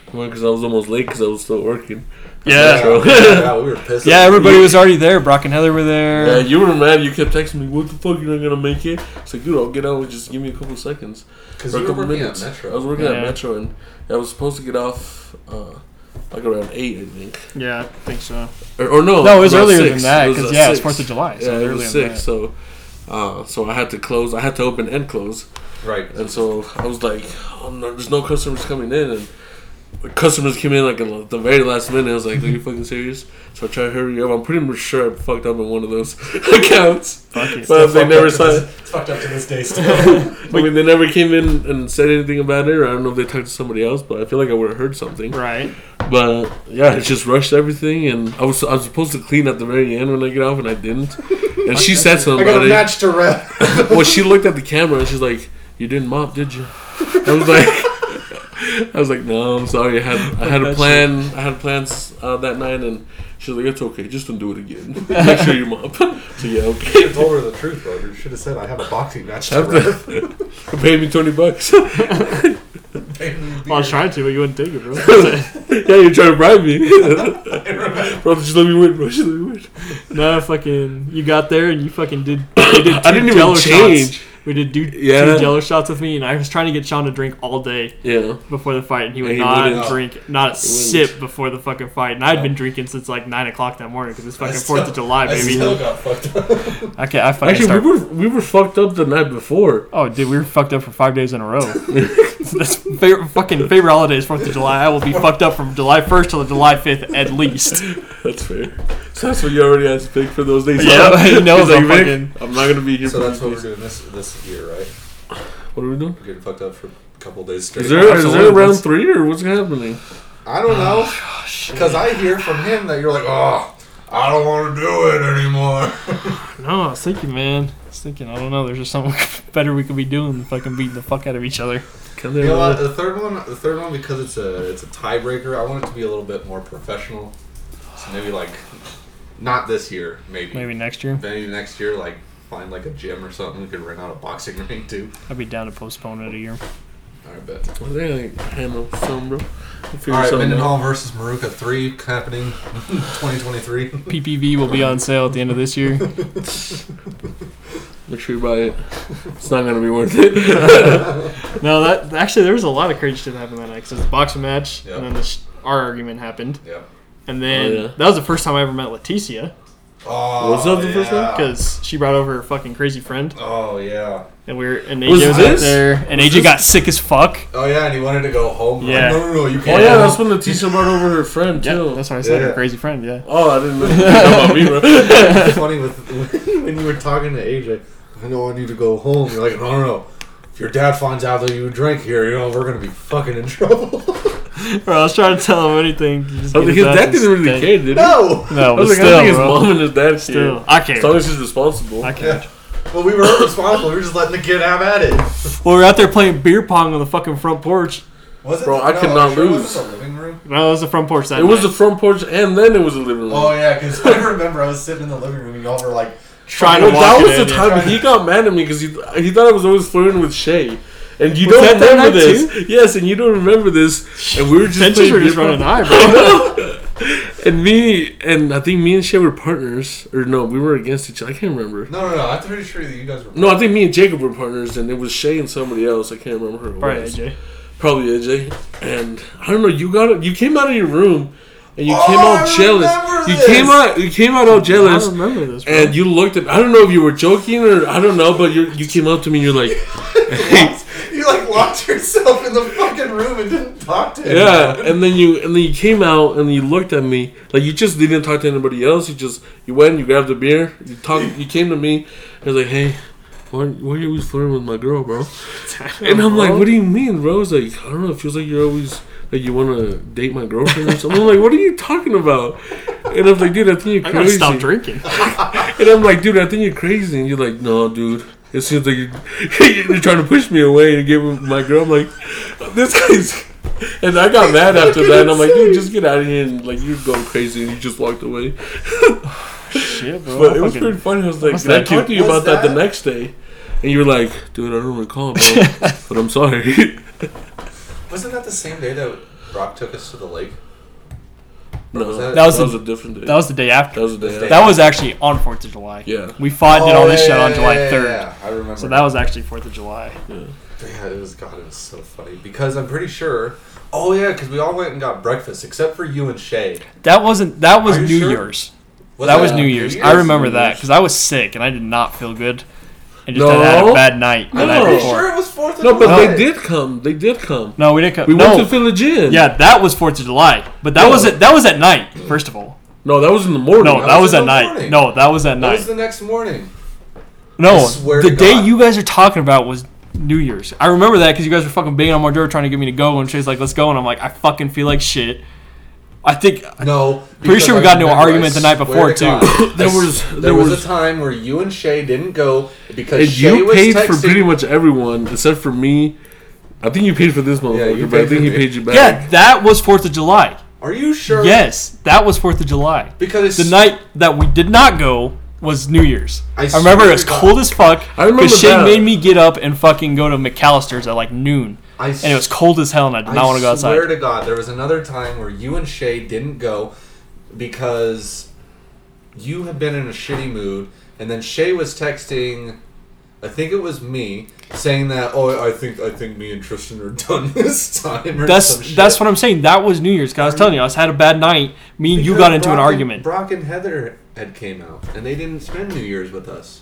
S2: Because I was almost late because I was still working.
S3: Yeah,
S1: yeah, we were pissed.
S3: yeah, everybody was already there. Brock and Heather were
S2: Yeah,
S3: there.
S2: you were mad. You kept texting me, "What the fuck? You're not gonna make it?" It's like, dude, I'll get out. Just give me a couple seconds
S1: because
S2: or
S1: you
S2: a
S1: were
S2: couple
S1: working
S2: minutes.
S1: at
S2: I was
S1: Metro.
S2: working
S3: Yeah.
S2: at Metro, and I was supposed to get off uh, like around eight, I think,
S3: Yeah, I think so.
S2: or, or no,
S3: No, it was
S2: around
S3: earlier
S2: six.
S3: than that
S2: It was
S3: because
S2: at
S3: yeah, it's
S2: six.
S3: Fourth of July. So
S2: yeah,
S3: it
S2: it
S3: was
S2: was
S3: earlier than
S2: six.
S3: that.
S2: So, uh, so I had to close. I had to open and close,
S1: Right.
S2: and so I was like, oh, no, "There's no customers coming in," and. Customers came in like at the very last minute. I was like, "Are you fucking serious?" So I tried to hurry up. I'm pretty sure I fucked up in one of those accounts,
S3: Fuck it.
S2: but they never saw. it.
S1: It's fucked up to this day still.
S2: I mean, they never came in and said anything about it. Or I don't know if they talked to somebody else, but I feel like I would have heard something.
S3: Right.
S2: But yeah, it just rushed everything, and I was I was supposed to clean at the very end when I get off, and I didn't. And she said
S1: I
S2: something
S1: got
S2: about
S1: a
S2: it.
S1: match to rep.
S2: Well, she looked at the camera and she's like, "You didn't mop, did you?" I was like, I was like, "No, I'm sorry. I had I had a
S3: that
S2: plan. I had plans uh, that night." And she's like, "It's okay. Just don't do it again. Make sure you mop." So yeah, okay.
S1: should have told her the truth, bro. You should have said I have a boxing match to
S2: Have
S1: rep.
S2: to- Pay me twenty bucks.
S1: Pay me beer.
S3: Well, I was trying to, but you wouldn't take it, bro.
S2: yeah, you're trying to bribe me. bro, just let me win, bro. Just let me win.
S3: no, fucking, you got there and you fucking did. You did two
S2: I didn't even
S3: Jell-O
S2: change.
S3: Shots. We did do
S2: Yeah.
S3: two Jello shots with me, and I was trying to get Sean to drink all day
S2: Yeah.
S3: before the fight, and he would
S2: And he
S3: not
S2: wouldn't.
S3: drink, not a sip before the fucking fight. And I'd been
S1: No.
S3: drinking since like nine o'clock that morning because it's
S1: I
S3: fucking
S1: still-
S3: Fourth of July,
S1: I
S3: baby.
S1: still got fucked up.
S3: Okay, I fucking
S2: Actually,
S3: start-
S2: we were we were fucked up the night before.
S3: Oh, dude, we were fucked up for five days in a row. That's favorite, fucking favorite holidays, Fourth of July. I will be fucked up from July 1st till July 5th at least.
S2: That's fair. So that's what you already had to pick for those days.
S3: Yeah,
S2: huh?
S3: he knows
S2: He's
S3: I'm
S2: Vic,
S3: fucking-
S2: I'm not gonna be here.
S1: so
S2: for
S1: that's what
S2: these
S1: we're
S2: days.
S1: doing this this year, right?
S2: What are we doing?
S1: We're getting fucked up for a couple days straight.
S2: Is there is
S3: Absolutely.
S2: there a round three or what's happening?
S1: I don't know. Because I hear from him that you're like, oh, I don't want to do it anymore.
S3: No, I was thinking, man. I was thinking, I don't know. There's just something better we could be doing than fucking beating the fuck out of each other.
S2: Come
S1: you
S2: there.
S1: know what? The third one, the third one, because it's a it's a tiebreaker. I want it to be a little bit more professional. So maybe like, not this year, maybe.
S3: Maybe next year.
S1: Maybe next year, like find like a gym or something. We could rent out a boxing ring too.
S3: I'd be down to postpone it a year.
S1: I bet.
S2: Well, they ain't handle some, bro. We'll figure
S1: All right,
S2: something out.
S1: Mendenhall versus Maruka three happening, 2023.
S3: PPV will be on sale at the end of this year.
S2: Make sure you buy it. It's not gonna be worth it. Oh,
S3: No, that actually, there was a lot of crazy shit that happened that night because it was a boxing match,
S1: Yeah.
S3: and then this, our argument happened.
S1: Yep.
S3: And then
S2: Oh, yeah.
S3: that was the first time I ever met Leticia
S1: Oh,
S2: Was that the first one?
S1: yeah.
S3: because she brought over her fucking crazy friend.
S1: Oh yeah.
S3: And we were and AJ
S2: Was
S3: was, out
S2: this-
S3: there, and
S2: was
S3: AJ
S2: this-
S3: got sick as fuck.
S1: Oh yeah, and he wanted to go home.
S3: Yeah.
S1: Like, no, no, no, you
S2: Oh
S1: can't.
S2: yeah, that's when the teacher brought over her friend
S3: Yeah,
S2: too.
S3: that's what I said.
S1: Yeah.
S3: Her crazy friend. Yeah.
S2: oh, I didn't know you know about me, bro.
S1: It's funny with when you were talking to AJ. I know I need to go home. You're like, no, no, no. If your dad finds out that you drink here, you know we're gonna be fucking in trouble.
S3: Bro, I was trying to tell him anything.
S2: I was like, his dad Oh, didn't really care, did he?
S1: no.
S3: No,
S2: I
S3: but
S2: was like, I
S3: still,
S2: think his
S3: bro.
S2: mom and his dad
S3: still,
S2: still.
S3: I
S2: As
S3: care.
S2: long as he's responsible.
S3: I
S2: I,
S3: care.
S1: Yeah. Well, we were responsible. We were just letting the kid have at it.
S3: Well, we were out there playing beer pong on the fucking front porch.
S1: Was it?
S2: Bro, I
S1: no,
S2: could
S1: I'm
S2: not
S1: sure it
S2: lose.
S1: wasn't the living room.
S3: No, it was the front porch that
S2: it was
S3: night.
S2: the front porch, and then it was the living room.
S1: Oh yeah, because I remember I was sitting in the living room and y'all were like,
S3: trying
S2: Well,
S3: to walk
S2: that was
S3: it
S2: the
S3: in, yeah.
S2: time he got mad at me because he, he thought I was always flirting with Shay. And you
S3: Was
S2: don't
S3: that that
S2: remember
S3: night
S2: this. Yes, and you don't remember this. And we were just
S3: Tensions
S2: playing
S3: were just
S2: beer
S3: running
S2: pong.
S3: high, bro.
S2: And me, and I think me and Shay were partners. Or no, we were against each other. I can't remember.
S1: no, no, no. I'm pretty sure that you guys were.
S2: No, I think me and Jacob were partners, and it was Shay and somebody else. I can't remember who it
S3: Right,
S2: was.
S3: AJ.
S2: Probably AJ. And I don't know. You got you came out of your room, and you
S1: Oh,
S2: came out
S1: I
S2: jealous.
S1: remember
S2: You
S1: this.
S2: came out. You came out all
S3: I
S2: jealous.
S3: don't remember this. Bro.
S2: And you looked at I don't know if you were joking or I don't know, but you you came up to me and you're like,
S1: You like locked yourself in the fucking room and didn't talk to him.
S2: yeah, and then you and then you came out and you looked at me like you just didn't talk to anybody else. You just you went, you grabbed a beer, you talked, you came to me. I was like, hey, why why are you always flirting with my girl, bro? And I'm like, what do you mean, bro? I was like, I don't know. It feels like you're always like you want to date my girlfriend or something. I'm like, what are you talking about? And I'm like, dude, I think you're
S3: I gotta
S2: crazy.
S3: stop drinking.
S2: And I'm like, dude, I think you're crazy. And you're like, no, dude. It seems like you're, you're trying to push me away and get with my girl. I'm like, this guy's. And I got mad after that. And I'm like, dude, just get out of here. And like, you're going crazy. And you just walked away.
S3: Shit, bro.
S2: But
S3: I
S2: it was
S3: fucking-
S2: pretty funny. I was like,
S3: What's
S2: did I
S3: that,
S2: talk
S3: dude?
S2: to you about
S1: What's
S2: that? the
S1: that?
S2: next day? And you were like, dude, I don't recall, bro. but I'm sorry.
S1: Wasn't that the same day that Brock took us to the lake?
S2: no,
S1: was
S2: that,
S1: that-
S2: was,
S3: That was
S2: a different day.
S3: that was the day
S2: That
S3: after.
S2: was the day.
S1: That
S3: That was actually on Fourth of July.
S2: Yeah.
S3: We fought and did all this shit on July third.
S1: Oh, Yeah, I remember.
S3: So that was actually Fourth of July.
S1: Yeah, it was. God, it was so funny because I'm pretty sure. Oh yeah, because we all went and got breakfast except for you and Shay.
S3: That wasn't. That was
S1: Are you
S3: New
S1: sure?
S3: Year's. that was New Year's. I remember that because I was sick and I did not feel good. I just had- had
S2: No.
S3: a bad night the
S1: I'm
S2: No.
S3: night
S1: pretty
S3: before.
S1: sure it was Fourth of
S2: No, but
S1: July.
S2: they did come. They did come.
S3: No, we didn't. Co-
S2: We
S3: no.
S2: went to Village Inn.
S3: yeah, that was Fourth of July, but that
S2: No.
S3: was it. That was at night. First of all,
S2: No, that was in the morning.
S3: no, that
S1: was
S3: was
S1: in
S3: at
S1: the
S3: night.
S1: morning.
S3: No, that was at
S1: That
S3: night.
S1: was the next morning.
S3: no,
S1: I swear
S3: the
S1: to
S3: day
S1: God.
S3: you guys are talking about was New Year's. I remember that because you guys were fucking banging on my door trying to get me to go, and Shay's like, "Let's go," and I'm like, "I fucking feel like shit." I think
S1: No,
S3: Pretty sure we
S1: because
S3: got
S1: I
S3: into an
S1: remember,
S3: argument
S1: I
S3: the night
S1: swear
S3: before,
S1: to
S3: too.
S1: God,
S2: There
S1: I s-
S2: was-
S1: there,
S2: there
S1: was,
S2: was-
S1: a time where you and Shay didn't go because
S2: And
S1: Shay
S2: you
S1: was
S2: paid
S1: texting.
S2: for pretty much everyone except for me. I think you paid for this motherfucker,
S1: you
S2: but I
S1: paid
S2: think
S1: for
S2: he
S1: me.
S2: paid you back.
S3: yeah, that was Fourth of July.
S1: Are you sure?
S3: Yes, that was Fourth of July.
S1: Because
S3: The night that we did not go was New Year's.
S1: I
S3: I, remember
S1: swear
S3: it was
S1: to God.
S3: cold as fuck.
S2: I remember
S3: Because Shane
S2: that.
S3: made me get up and fucking go to McAllister's at like noon.
S1: I
S3: And it was cold as hell and I did not want to go
S1: I swear to
S3: outside.
S1: God, there was another time where you and Shay didn't go because you had been in a shitty mood, and then Shay was texting. I think it was me saying that. Oh, I think I think me and Tristan are done this time. Or some
S3: That's
S1: shit.
S3: that's what I'm saying. That was New Year's. 'cause I was telling you, I was had a bad night. Me and you
S1: Because
S3: got into
S1: Brock and-
S3: an argument.
S1: Brock and Heather had came out, and they didn't spend New Year's with us.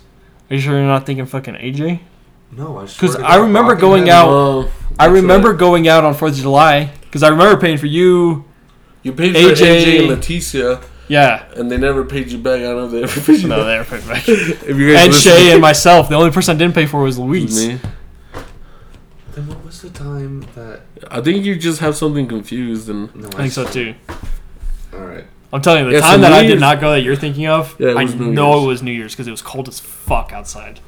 S3: Are you sure you're not thinking fucking AJ?
S1: No, I swear
S3: Because
S1: to
S3: I
S1: God,
S3: remember
S1: Brock and
S3: going
S1: Heather-
S3: out-
S2: Well,
S3: I
S1: That's
S3: remember
S1: right.
S3: going out on Fourth of July because I remember paying for you.
S2: you paid for AJ,
S3: AJ
S2: and Leticia,
S3: Yeah,
S2: and they never paid you back. I don't know if they ever paid you
S3: no,
S2: back.
S3: they're pretty much.
S2: If you guys
S3: And
S2: listen-
S3: Shay and myself. The only person I didn't pay for was Luis.
S2: Me.
S1: Then what was the time that?
S2: I think you just have something confused and
S1: No,
S3: I think so too.
S1: All right.
S3: I'm telling you, the
S2: Yeah, so
S3: time that
S2: New
S3: I did
S2: Year's-
S3: not go that you're thinking of,
S2: Yeah, it
S3: I
S2: was New
S3: know
S2: Year's.
S3: it was New Year's because it was cold as fuck outside.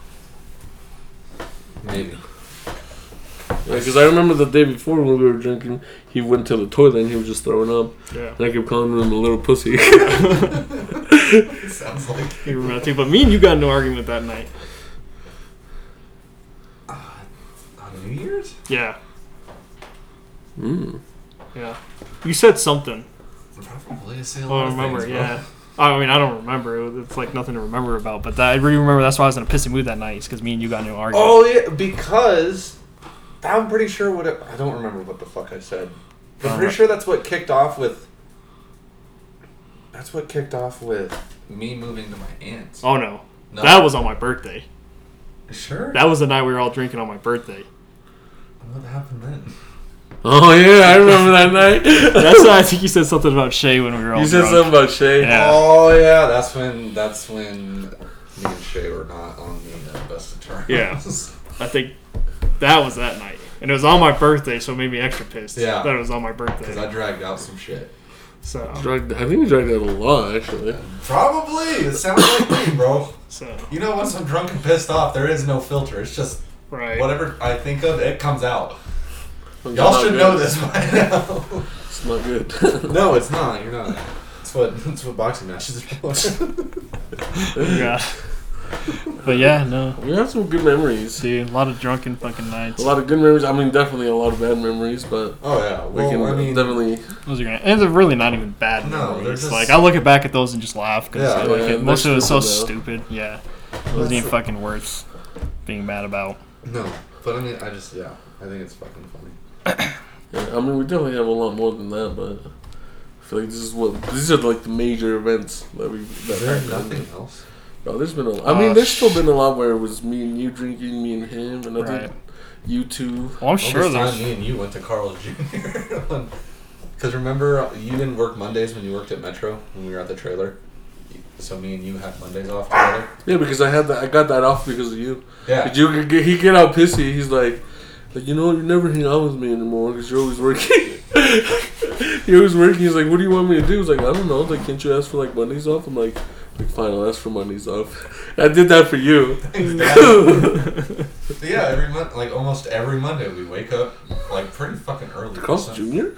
S1: Maybe.
S2: Because I remember the day before when we were drinking, he went to the toilet and he was just throwing up.
S3: Yeah,
S2: And I kept calling him a little pussy.
S1: Sounds like.
S3: you remember that too. But me and you got into an argument that night.
S1: On Uh, New Year's?
S3: Yeah,
S2: mm.
S3: yeah. You said something.
S1: Probably a
S3: Oh, I
S1: sale.
S3: don't remember. Yeah. Oh, I mean, I don't remember. It was- It's like nothing to remember about. But that, I really remember that's why I was in a pissy mood that night. because me and you got into an argument.
S1: Oh yeah, because I'm pretty sure what it, I don't remember what the fuck I said. But I'm pretty
S3: Alright.
S1: sure that's what kicked off with. That's what kicked off with me moving to my aunt's.
S3: Oh no.
S1: No.
S3: That was on my birthday.
S1: sure.
S3: That was the night we were all drinking on my birthday.
S1: what happened then?
S2: Oh, yeah, I remember that night.
S3: That's why I think you said something about Shay when we were all
S2: you said
S3: drunk.
S2: something about Shay.
S3: Yeah.
S1: Oh yeah, that's when that's when me and Shay were not on the uh, best of terms.
S3: Yeah. I think that was that night. And it was on my birthday, so it made me extra pissed.
S1: Yeah.
S3: That it was on my
S1: Because
S3: birthday.
S1: I dragged out some shit.
S3: so
S2: Drugged, I think he drugged out a lot, actually.
S1: Probably. It sounds like me, bro.
S3: so
S1: You know, once I'm drunk and pissed off, there is no filter. It's just
S3: right.
S1: whatever I think of, it comes out.
S2: It's
S1: Y'all
S2: not
S1: should
S2: good.
S1: know this by now.
S2: It's not good.
S1: no, it's not. You're not. That's what that's what boxing matches are for.
S3: Yeah. But yeah, no.
S2: we have some good memories.
S3: Dude, a lot of drunken fucking nights.
S2: A lot of good memories. I mean, definitely a lot of bad memories, but
S1: oh yeah.
S2: we
S1: Well,
S2: can
S1: I mean,
S2: definitely.
S3: Those are gonna, and they're really not even bad.
S1: No,
S3: memories.
S1: they're just-
S3: like I look back at those and just laugh because
S1: Yeah,
S3: like,
S2: yeah,
S3: it- most
S2: they're
S3: of it was so
S2: stupid,
S3: stupid. Yeah, it wasn't even fucking worth being mad about.
S1: no. But I mean, I just yeah. I think it's fucking funny.
S2: Yeah, I mean, we definitely have a lot more than that, but I feel like this is what these are like the major events that we. That
S1: Is there
S2: happened.
S1: nothing else?
S2: No, there's been a. I
S3: Uh,
S2: mean, there's
S3: sh-
S2: still been a lot where it was me and you drinking, me and him, and I
S3: Right.
S2: think you two.
S3: Well, I'm
S1: All
S3: sure
S1: this time,
S3: there's.
S1: me and you went to Carl's Jr. Because remember, you didn't work Mondays when you worked at Metro when we were at the trailer. So me and you had Mondays off together.
S2: Yeah, because I had that. I got that off because of you.
S1: Yeah.
S2: But you could get, he get out pissy. He's like, like you know, you never hang out with me anymore because you're always working. you're always working. He's like, what do you want me to do? He's like, I don't know. Like, can't you ask for like Mondays off? I'm like, like fine, I'll ask for Mondays off. I did that for you.
S1: So yeah, every month, like almost every Monday, we wake up like pretty fucking early.
S2: Carl's
S1: So-
S2: Junior.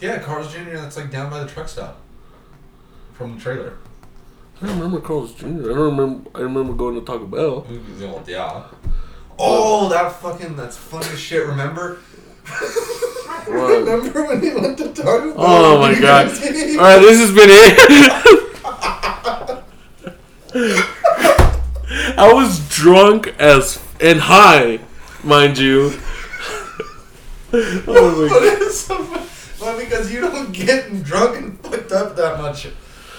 S1: Yeah, Carl's Jr. That's like down by the truck stop from the trailer.
S2: I don't remember Carl's Junior. I don't remember. I remember going to Taco Bell.
S1: We- we- well, yeah. Oh, that fucking that's funny as shit. Remember? remember when he went to Taco Bell?
S2: Oh my
S1: You
S2: god.
S1: guys didn't even-
S2: Alright, this has been it. I was drunk as and high, mind you. oh my
S1: But
S2: god.
S1: it's so fu- well, because you don't get drunk and fucked up that much.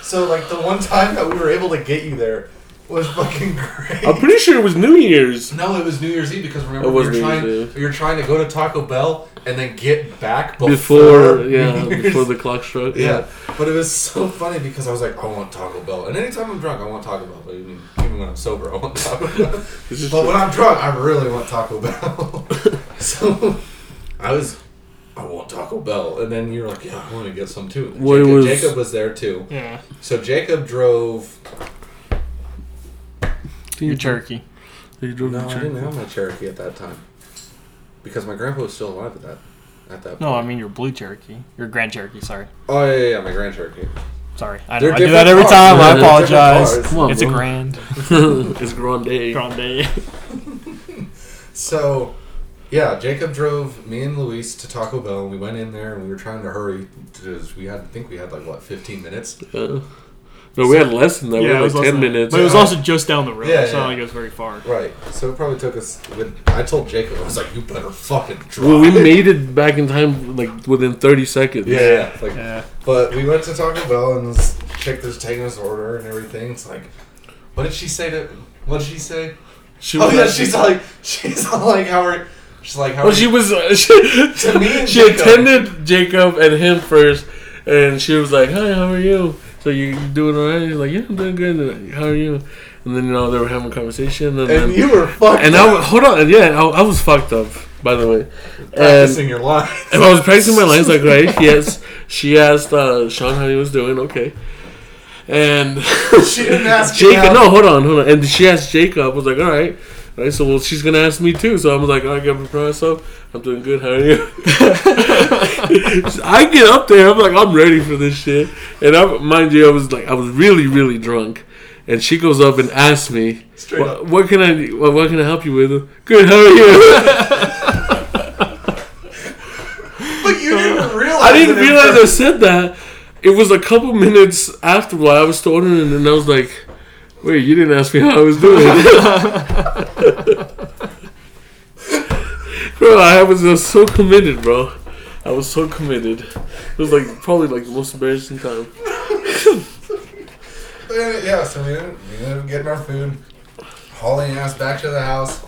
S1: So like the one time that we were able to get you there was fucking great.
S2: I'm pretty sure it was New Year's.
S1: No, it was New Year's Eve because remember
S2: It was
S1: you're
S2: New Year's
S1: trying
S2: Eve.
S1: you're trying to go to Taco Bell and then get back before,
S2: Before yeah,
S1: New Year's.
S2: before the clock struck.
S1: yeah. But it was so funny because I was like, I want Taco Bell, and anytime I'm drunk, I want Taco Bell. But even, even when I'm sober, I want Taco Bell.
S2: This is
S1: but when I'm drunk, I really want Taco Bell. so I was, I want Taco Bell, and then you're like, yeah, I want to get some too. And
S2: Well, it
S1: Jacob,
S2: was-
S1: Jacob was there too.
S3: Yeah,
S1: So Jacob drove.
S3: your turkey.
S2: You drove
S1: No,
S2: the
S1: I didn't
S2: Cherokee.
S1: have my Cherokee at that time because my grandpa was still alive at that. At that
S3: No, I mean your blue Cherokee, your Grand Cherokee. Sorry.
S1: Oh yeah, yeah, yeah, my Grand Cherokee.
S3: Sorry, I, know,
S1: They're
S3: I do that every
S1: different
S3: time.
S1: cars.
S3: I
S1: They're different
S3: apologize.
S1: cars.
S2: Come on,
S3: It's a
S2: bro.
S3: grand,
S2: it's grande.
S3: grand day.
S1: So, yeah, Jacob drove me and Luis to Taco Bell, and we went in there, and we were trying to hurry because we had, I think we had like what, fifteen minutes.
S2: Uh, no, we had less than that. we
S3: it
S2: had
S3: was
S2: like
S3: less
S2: ten
S3: than that.
S2: minutes.
S3: But it was
S1: Yeah.
S3: also just down the road.
S1: Yeah,
S3: It's not
S1: yeah.
S3: like it was very far.
S1: Right. So it probably took us. When I told Jacob, I was like, "You better fucking drive."
S2: well, we made it back in time, like within thirty seconds.
S1: Yeah, yeah, like,
S3: Yeah.
S1: but we went to Taco Bell and this chick was taking us order and everything. It's like, what did she say to? What did she say?
S2: She
S1: Oh
S2: was
S1: yeah,
S2: like-
S1: she's like, she's like, how are? She's like, how
S2: Well,
S1: are
S2: she
S1: you?
S2: was uh, she,
S1: To me and
S2: she
S1: Jacob.
S2: attended Jacob and him first, and she was like, "Hi, how are you? So you, you doing alright?" He's like, "Yeah, I'm doing good. And, How are you?" And then you know they were having a conversation, and, then
S1: And you were fucking.
S2: and I was, hold on, yeah, I, I was fucked up by the way, and
S1: practicing your line.
S2: if I was practicing my lines like right, yes, she asked uh, Sean how he was doing, okay, and
S1: she didn't ask. you
S2: Jacob,
S1: how-
S2: no, hold on, hold on. And she asked Jacob. I was like, all right. All right, so well, she's gonna ask me too. So I'm like, all right, get prepared myself. I'm doing good. How are you? I get up there. I'm like, I'm ready for this shit. And I, mind you, I was like, I was really, really drunk. And she goes up and asks me,
S1: Straight
S2: what,
S1: up.
S2: what can I, what, what can I help you with? Good. How are you?
S1: But you didn't realize.
S2: I didn't
S1: it at
S2: realize I
S1: first.
S2: said that. It was a couple minutes after while I was still ordering, and I was like, wait, you didn't ask me how I was doing. bro, I was just so committed, bro. I was so committed. It was like probably like the most embarrassing time.
S1: But yeah, so we ended, we ended up getting our food, hauling ass back to the house.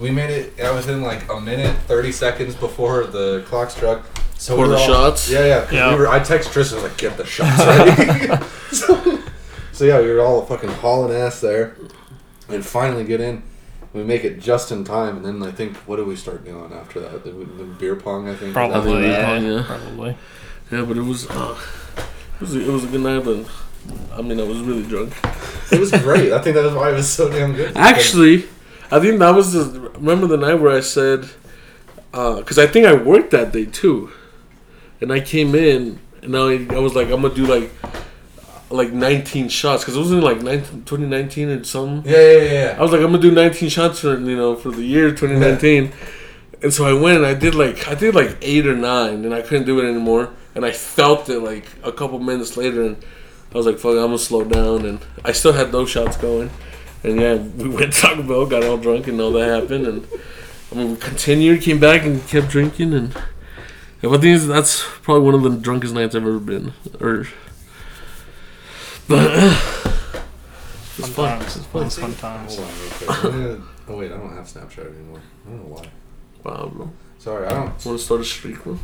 S1: We made it. I was in like a minute, thirty seconds before the clock struck. So
S2: Before
S1: we were
S2: the
S1: all-
S2: shots?
S1: Yeah, yeah. 'cause
S3: Yeah.
S1: We were, I text Tristan I was like, "Get the shots ready." so, so yeah, we were all fucking hauling ass there, and finally get in. We make it just in time, and then I think what did we start doing after that? The, the beer pong, I think. was after
S3: Probably.
S1: that.
S3: Yeah,
S2: yeah.
S3: Probably.
S2: Yeah, but it was uh, it was a, it was a good night, but I mean I was really drunk.
S1: It was great. I think that was why it was so damn good.
S2: Actually, I think that was the remember the night where I said, because I think I worked that day too, and I came in and I, I was like, I'm gonna do like like 19 shots because it was in like 19, 2019 or something.
S1: Yeah, yeah, yeah. yeah.
S2: I was like, I'm gonna do 19 shots for you know for the year 2019, and so I went and I did like I did like eight or nine, and I couldn't do it anymore, and I felt it like a couple minutes later, and I was like, fuck, I'm gonna slow down, and I still had those shots going, and yeah, we went to Taco Bell, got all drunk, and all that happened, and I mean we continued, came back, and kept drinking, and. Yeah, but the thing is, that's probably one of the drunkest nights I've ever been. Or, but it's fun.
S3: Sometimes. It's fun. Fun times.
S1: Hold on real quick. I'm gonna- oh wait, I don't have Snapchat anymore. I don't know why.
S2: Wow, bro.
S1: Sorry, I don't.
S2: Want to start a streak, bro?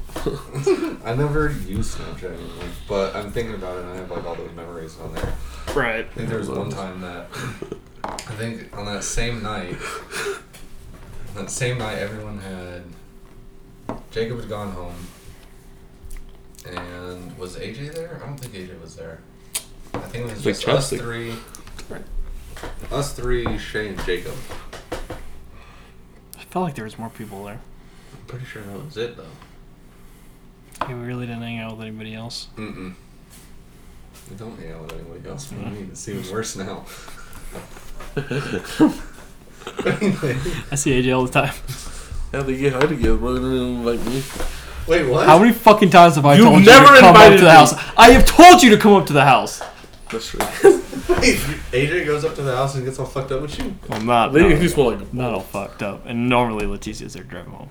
S1: I never use Snapchat anymore. But I'm thinking about it, and I have like all those memories on there.
S3: Right.
S1: I think there was one time that I think on that same night, that same night, everyone had Jacob had gone home, and was AJ there? I don't think AJ was there. I think it was
S2: Like
S1: just us
S2: Chapstick.
S1: three, us three, Shay and Jacob.
S3: I felt like there was more people there.
S1: I'm pretty sure that was it though.
S3: Yeah, we really didn't hang out with anybody else.
S1: Mm-mm. We don't hang out with anybody else. Man. I mean, it's even worse now. Anyway.
S3: I see AJ all the time.
S2: Yeah, they get hard together, bro. They didn't invite me.
S1: Wait, what?
S3: How many fucking times have I
S2: You've
S3: told
S2: never
S3: you to come up to
S2: invited
S3: the
S2: me.
S3: house? I have told you to come up to the house.
S2: That's right.
S1: AJ goes up to the house and gets all fucked up with you.
S3: Well, not
S2: They
S3: not,
S2: just want like
S3: not all fucked up. And normally Letitia's there driving home.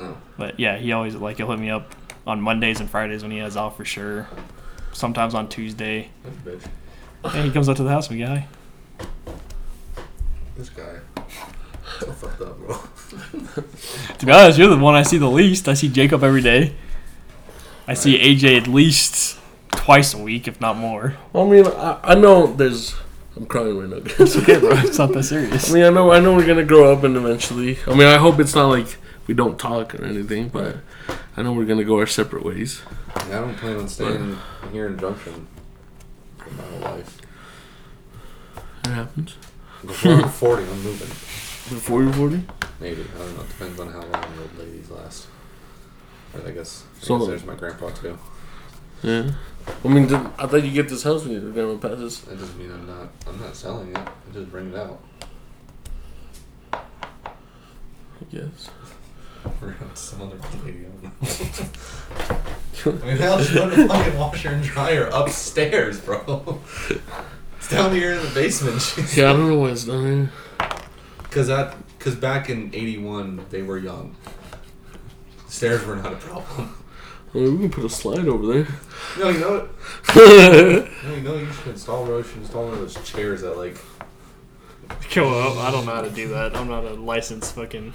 S1: Oh.
S3: But yeah, he always like he'll hit me up on Mondays and Fridays when he has off for sure. Sometimes on Tuesday.
S1: This bitch.
S3: And he comes up to the house and we guy.
S1: This guy. So fucked up, bro.
S3: To be honest, you're the one I see the least. I see Jacob every day. I see AJ at least twice a week, if not more.
S2: I mean, I, I know there's. I'm crying right now, guys.
S3: Okay, bro, it's not that
S2: I
S3: serious.
S2: mean, I know, I know we're gonna grow up and eventually. I mean, I hope it's not like we don't talk or anything, but I know we're gonna go our separate ways.
S1: Yeah, I don't plan on staying here in Junction for my whole life.
S2: It happens.
S1: Before I'm 40, I'm moving.
S2: Before you're 40?
S1: Maybe. I don't know. It depends on how long the old ladies last. But I guess, I
S2: So-
S1: guess there's my grandpa, too.
S2: Yeah. I mean, did, I thought you get this house when you were down with passes.
S1: That doesn't mean I'm not. I'm not selling it. I just bring it out.
S2: I guess.
S1: We're gonna have some other lady. I don't know. I mean, how else you put a fucking washer and dryer upstairs, bro? It's down here in the basement. She's
S2: Yeah, I don't know why it's down here.
S1: Because that, because back in '81 they were young. Stairs were not a problem.
S2: I mean, we can put a slide over there.
S1: No, you know what? No, you know you should install. Row, you should install one of those chairs that like.
S3: Well, I don't know how to do that. I'm not a licensed fucking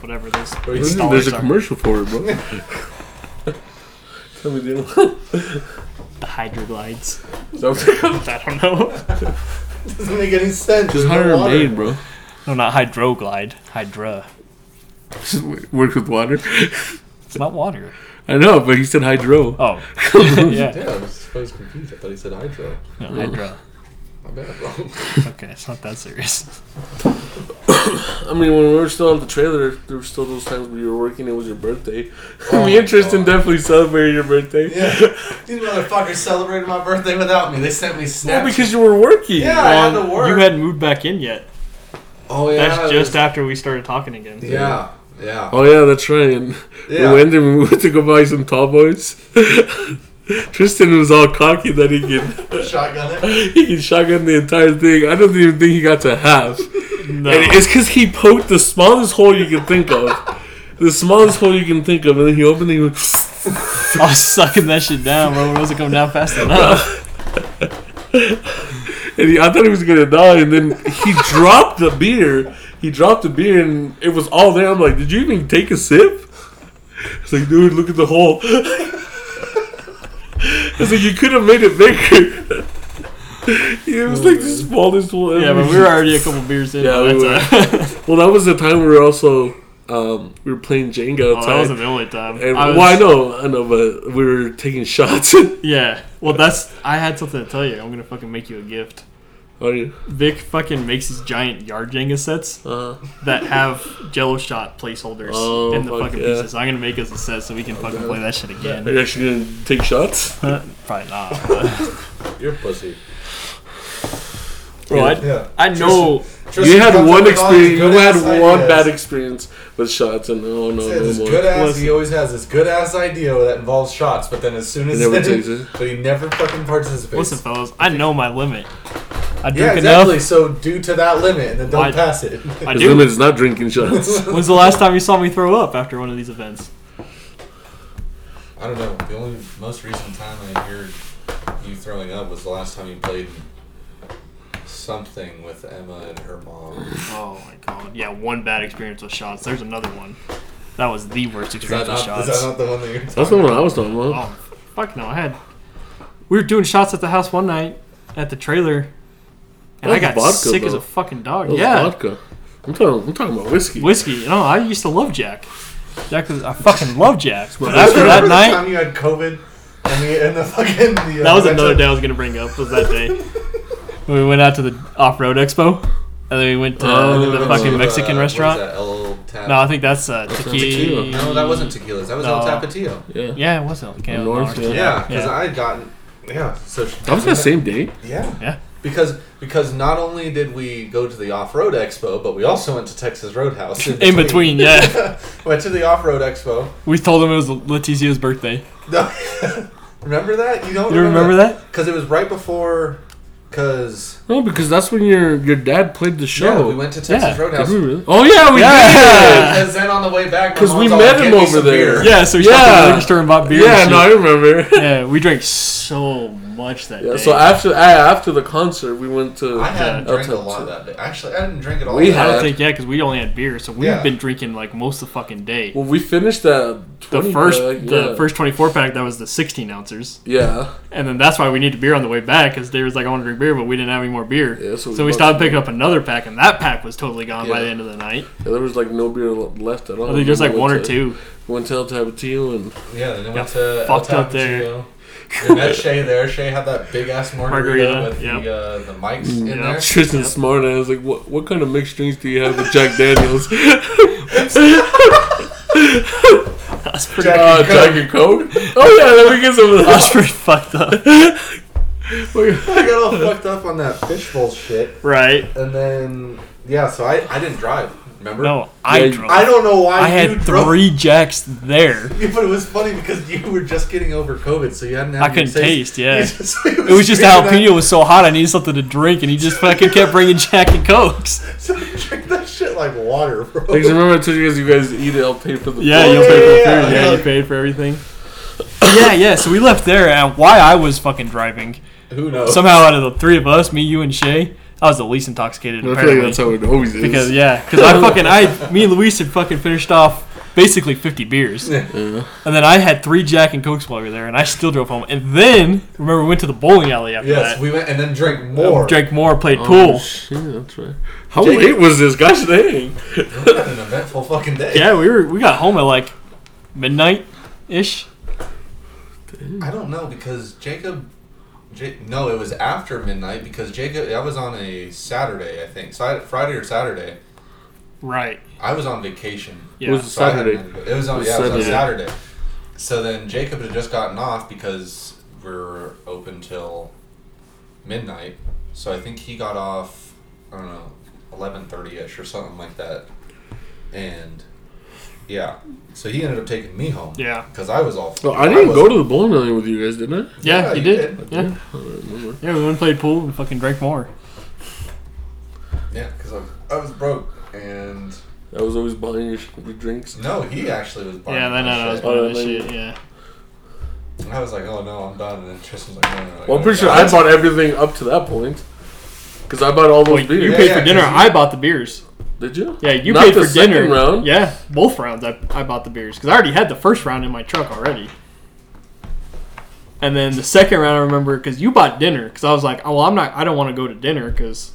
S3: whatever this.
S1: There's
S2: There's
S3: installers
S2: a
S3: are.
S2: commercial for it, bro. Tell me, dude. Is
S3: The hydroglides.
S2: that what they're called?
S3: I don't know.
S1: Doesn't make any sense. There's
S2: Just
S1: no
S2: hire a
S1: water.
S2: maid, bro.
S3: no, not hydroglide. Hydra.
S2: Just w- work with water.
S3: It's not water.
S2: I know, but he said hydro.
S3: Oh. yeah.
S1: Yeah, I was, I was confused. I thought he said hydro.
S3: No, hydra.
S1: My bad, bro.
S3: Okay, it's not that serious.
S2: I mean, when we were still on the trailer, there were still those times where you were working. It was your birthday.
S3: Oh
S2: Me and Tristan definitely celebrated your birthday.
S1: Yeah, these motherfuckers celebrated my birthday without me. They sent me
S2: Well,
S1: snaps.
S2: because you were working.
S1: yeah, I had to work.
S3: You hadn't moved back in yet.
S1: oh yeah,
S3: That's
S1: it was-
S3: just after we started talking again.
S1: yeah, yeah.
S2: Oh yeah, that's right. And
S1: Yeah.
S2: we went and we went to go buy some tall boys. Tristan was all cocky that he could
S1: Shotgun it.
S2: he could shotgun the entire thing. I don't even think he got to half.
S3: No.
S2: And it's because he poked the smallest hole you can think of. The smallest hole you can think of, and then he opened it. He went,
S3: I was sucking that shit down, bro. It wasn't coming down fast enough.
S2: and he, I thought he was gonna die, and then he dropped the beer. He dropped the beer, and it was all there. I'm like, did you even take a sip? It's like, dude, look at the hole. It's like you could have made it bigger. it was like the smallest one.
S3: yeah, but we were already a couple beers in.
S2: Yeah,
S3: by
S2: we
S3: that time.
S2: Well, that was the time we were also um, we were playing Jenga
S3: well, Oh, that
S2: outside.
S3: wasn't the only time.
S2: and,
S3: I was-
S2: well, I know, I know, but we were taking shots.
S3: Yeah. Well, that's. I had something to tell you. I'm gonna fucking make you a gift.
S2: Are you?
S3: Vic fucking makes these giant yard Jenga sets
S2: Uh,
S3: that have Jello shot placeholders
S2: Oh,
S3: in the
S2: fuck
S3: fucking
S2: yeah.
S3: pieces. I'm gonna make us a set so we can fucking play that shit
S2: are
S3: again.
S2: you actually gonna take shots?
S3: Probably not. But,
S1: You're a pussy.
S3: bro, I,
S1: Yeah.
S3: I know.
S2: you had one experience. You had one bad experience with shots, and oh no, no
S1: this
S2: more.
S1: good ass.
S3: Listen.
S1: He always has this good ass idea that involves shots, but then as soon as
S2: never takes it.
S1: but he never fucking participates.
S3: Listen, fellas, I know my limit. I drink
S1: yeah, exactly.
S3: enough.
S1: So due to that limit, and then don't
S3: Why-
S1: pass it.
S3: I
S2: His
S3: do.
S2: limit is not drinking shots.
S3: When's the last time you saw me throw up after one of these events?
S1: I don't know. The only most recent time I heard you throwing up was the last time you played something with Emma and her mom.
S3: Oh my god. Yeah, one bad experience with shots. There's another one. That was the worst
S1: Is that
S3: experience with
S1: not?
S3: shots.
S1: Is that not the one that you're?
S2: That's
S1: talking
S2: not what I was talking about.
S3: Oh, fuck no. I had. We were doing shots at the house one night at the trailer, and I
S2: That
S3: got
S2: was vodka,
S3: sick as
S2: though.
S3: a fucking
S2: That
S3: dog.
S2: was
S3: Yeah,
S2: vodka. I'm talking. I'm talking about whiskey.
S3: whiskey. No, I used to love Jack. Jack was. I fucking love Jack. But
S2: my best
S3: after
S2: friend.
S3: that
S1: Remember the
S3: night,
S1: time you had COVID and the and the fucking the,
S3: that was
S1: uh,
S3: another day I was gonna bring up. Was that day when we went out to the off-road expo, and then we went to
S2: Oh,
S3: the
S2: no,
S1: Uh,
S3: fucking
S2: no,
S3: Mexican
S1: what is
S3: restaurant.
S1: that, El Tap-
S3: No, I think that's uh, tequila.
S2: tequila.
S1: no, that wasn't tequilas. That was El
S3: No.
S1: Tapatio.
S2: Yeah.
S3: Yeah, it was El okay, El
S2: North,
S3: Norte,
S2: yeah.
S1: Yeah, because
S3: yeah.
S1: I had gotten yeah. So she-
S2: That was that same day.
S1: Yeah,
S3: Yeah.
S1: because because not only did we go to the off road expo, but we also went to Texas Roadhouse
S3: In between, yeah.
S1: went to the off road expo.
S3: We told him it was Letizia's birthday.
S1: No. remember that? You don't
S3: You remember that?
S1: Because it was right before. Because
S2: No, because that's when your your dad played the show.
S1: yeah, we went to Texas
S3: Yeah.
S1: Roadhouse.
S2: Did we really? Oh yeah, we
S3: Yeah.
S1: Because then on the way back, my
S2: 'Cause we
S1: mom's all
S2: met
S1: like, "Get
S2: him
S1: me
S2: over
S1: some
S2: there."
S1: beer."
S3: Yeah, so we
S2: Yeah.
S3: stopped at the liquor store and bought
S2: did.
S3: beer.
S2: Yeah,
S3: and
S2: no, I
S3: shit.
S2: remember.
S3: yeah, we drank so much that
S2: Yeah,
S3: day.
S2: so after uh, after the concert, we went to.
S1: I hadn't
S2: Yeah.
S1: drank a
S2: Okay.
S1: lot that day. Actually, I didn't drink at all.
S2: We
S1: that
S3: I
S2: had-
S3: don't think yeah, because we only had beer, so we've
S1: Yeah.
S3: been drinking like most of the fucking day.
S2: Well, we finished that.
S3: the
S2: 20
S3: first,
S2: pack,
S3: the
S2: uh, yeah.
S3: first twenty four pack that was the sixteen ounces,
S2: Yeah.
S3: and then that's why we needed beer on the way back because Dave was like, "I want to drink beer," but we didn't have any more beer.
S2: Yeah, so
S3: so,
S2: we
S3: we
S2: bought
S3: stopped
S2: some
S3: picking up another pack, and that pack was totally gone by
S2: Yeah.
S3: the end of the night.
S2: Yeah, there was like no beer le- left at all.
S3: I think there's
S2: We
S3: like one
S2: went
S3: or
S2: to-
S3: two.
S2: Went to El Tapatio and
S1: Yeah, then it went
S3: Got
S1: to
S3: fucked
S1: El
S3: up there.
S1: Tapatio. They met Shay there. Shay had that big ass margarita,
S3: Margarita,
S1: with
S3: yep.
S1: the uh, the mics in
S3: yep.
S1: there.
S2: Tristan Smart. I was like, "What? What kind of mixed Uh, drinks do you have with Jack Daniels?"
S3: That's
S1: Jack
S2: uh,
S1: and Coke.
S2: Jack and Coke? Oh, yeah, let me get some of
S3: I was
S2: that.
S3: pretty fucked up.
S2: Wait,
S1: I got all fucked up on that fishbowl shit,
S3: Right?
S1: and then yeah, so I, I didn't drive. Remember?
S3: No, I
S2: Yeah,
S3: drove.
S1: I don't know why
S3: I
S1: you
S3: had
S1: drove.
S3: three jacks there.
S1: Yeah, but it was funny because you were just getting over COVID, so you hadn't. Had
S3: I
S1: any
S3: couldn't taste, yeah.
S1: You just-
S3: It was just the
S1: drinking
S3: jalapeno was so hot. I needed something to drink, and he just fucking kept bringing Jack and Cokes.
S1: That, so you drink that shit like water, bro.
S2: Because remember I told you guys you guys eat it, I'll pay for the
S3: Yeah,
S1: Oh,
S3: you'll
S1: yeah,
S3: pay for the
S1: yeah,
S3: food.
S1: yeah.
S3: Yeah, you paid for everything. yeah, yeah. So we left there, and why I was fucking driving
S1: Who knows?
S3: somehow out of the three of us, me, you, and Shay, I was the least intoxicated.
S2: I feel
S3: Apparently,
S2: like that's how it always is.
S3: because yeah, because I fucking I me and Luis had fucking finished off basically 50 beers,
S1: Yeah.
S3: and then I had three Jack and Cokes while we were there, and I still drove home. And then remember we went to the bowling alley after
S1: yes,
S3: that.
S1: we went and then drank more.
S3: Drank more, played
S2: Oh,
S3: pool.
S2: shit, that's right. How
S1: Jake-
S2: late was this? Gosh dang.
S1: We had an eventful fucking day.
S3: Yeah, we were we got home at like midnight ish.
S1: I don't know because Jacob. Ja- no, it was after midnight because Jacob. I was on a Saturday, I think, so I, Friday or Saturday.
S3: Right.
S1: I was on vacation.
S3: Yeah.
S2: Was-
S1: So I had
S2: Saturday.
S1: another- It was on
S2: It was
S1: yeah, it was on
S2: Saturday.
S1: Saturday. So then Jacob had just gotten off because we're open till midnight. So I think he got off I don't know, eleven thirty ish or something like that. And yeah. So he ended up taking me home.
S3: yeah.
S1: Because I was all
S2: Well, Oh, I didn't
S1: was-
S2: go to the bowling alley with you guys, did I?
S3: Yeah,
S1: Yeah,
S3: you
S1: you
S3: did.
S1: did.
S3: Yeah.
S2: I don't remember.
S3: Yeah, we went and played pool and fucking drank more.
S1: Yeah, because I was, I was broke and
S2: I was always buying your, sh- your drinks.
S1: no, he actually was buying
S3: yeah, then
S1: my
S3: I was
S1: shit.
S3: buying
S2: Oh,
S3: that
S2: then-
S3: shit. Yeah.
S1: And I was like, oh no, I'm done. And then Tristan's like, no, no, no.
S2: Well, I'm pretty sure I bought everything up to that point. Because I bought all those
S3: Wait, you
S2: beers.
S1: Yeah,
S3: paid
S1: yeah,
S3: for dinner.
S1: 'cause you-
S3: I bought the beers.
S2: Did you?
S3: Yeah, you
S2: Not
S3: paid
S2: the
S3: for dinner.
S2: second round.
S3: Yeah, both rounds. I, I bought the beers because I already had the first round in my truck already. And then the second round, I remember because you bought dinner because I was like, oh well, I'm not. I don't want to go to dinner because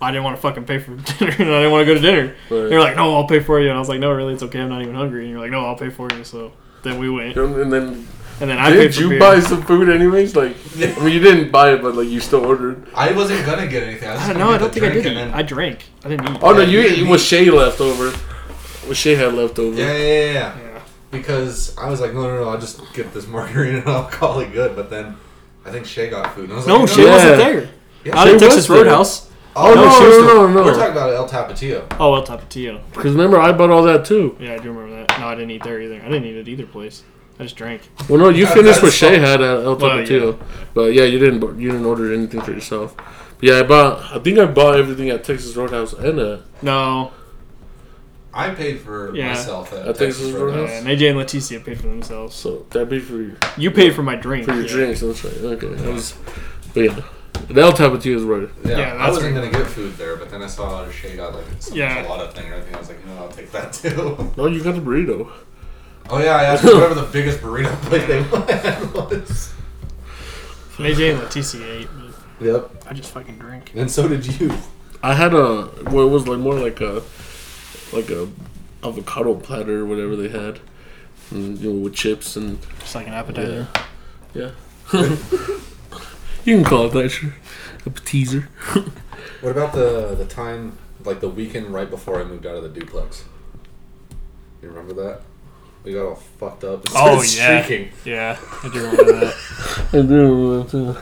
S3: I didn't want to fucking pay for dinner and I didn't want to go to dinner.
S2: Right.
S3: They were like, no, I'll pay for you, and I was like, no, really, it's okay. I'm not even hungry. And you're like, no, I'll pay for you. So then we went,
S2: And and then
S3: and then I paid
S2: did
S3: for
S2: you
S3: beer.
S2: buy some food anyways? Like, I mean, you didn't buy it, but like you still ordered.
S1: I wasn't gonna get anything. I, was
S3: I
S1: just gonna
S3: don't know. I
S1: get
S3: don't
S1: the
S3: think I
S1: drink
S3: did eat.
S1: and then-
S3: I drank. I didn't eat.
S2: Oh no,
S1: Yeah,
S2: you
S1: you
S2: ate
S1: didn't
S2: what
S1: eat.
S2: Shay left over. What Shay had left over.
S1: Yeah, yeah, yeah, yeah.
S3: Yeah.
S1: Because I was like, no, no, no, I'll just get this margarita and I'll call it good. But then I think Shay got food. And I was
S3: No,
S1: like,
S3: she
S2: Yeah.
S3: wasn't there.
S1: Yeah,
S3: Out
S2: she
S3: of
S2: was
S3: Texas
S2: there.
S3: Roadhouse.
S1: Oh,
S2: no,
S1: she was
S2: no,
S1: still-
S2: no, no.
S1: We're talking about El Tapatio.
S3: Oh, El Tapatio.
S2: Because remember, I bought all that too.
S3: Yeah, I do remember that. No, I didn't eat there either. I didn't eat at either place. I just drank.
S2: Well, no, you
S1: Yeah,
S2: finished what
S1: that's
S2: Shay
S1: fine.
S2: had at El
S3: Well, yeah.
S2: Tapatio, but yeah, you didn't bu- you didn't order anything for yourself. But yeah, I bought. I think I bought everything at Texas Roadhouse and uh,
S3: No.
S1: I paid for
S3: Yeah.
S1: myself at,
S2: At Texas Roadhouse?
S3: Yeah, and AJ and Leticia paid for themselves.
S2: so that'd be for your,
S3: You paid for my drink.
S2: for your
S3: yeah.
S2: drinks. That's right. Okay, that was. But yeah, the El Tapatio is right.
S1: Yeah,
S3: Yeah,
S1: I
S3: that's
S1: wasn't gonna
S3: right.
S1: get food there, but then I saw Shay got like some
S3: Yeah.
S1: enchilada thing or anything. I was like, no, I'll take that too.
S2: No, you got a burrito.
S1: oh yeah, I asked for whatever the biggest burrito plate they wanted was.
S3: And AJ and Leticia ate, but
S1: Yep,
S3: I just fucking drank.
S1: and so did you.
S2: I had a well, it was like more like a like a avocado platter or whatever they had, and, you know, with chips and
S3: Just like an appetizer.
S2: yeah. you can call it that, sure. Appetizer.
S1: What about the the time, like the weekend right before I moved out of the duplex? You remember that? We got all fucked up. and
S3: Oh,
S1: started
S3: yeah.
S1: streaking.
S3: Yeah, I do remember that.
S2: I do. but, uh,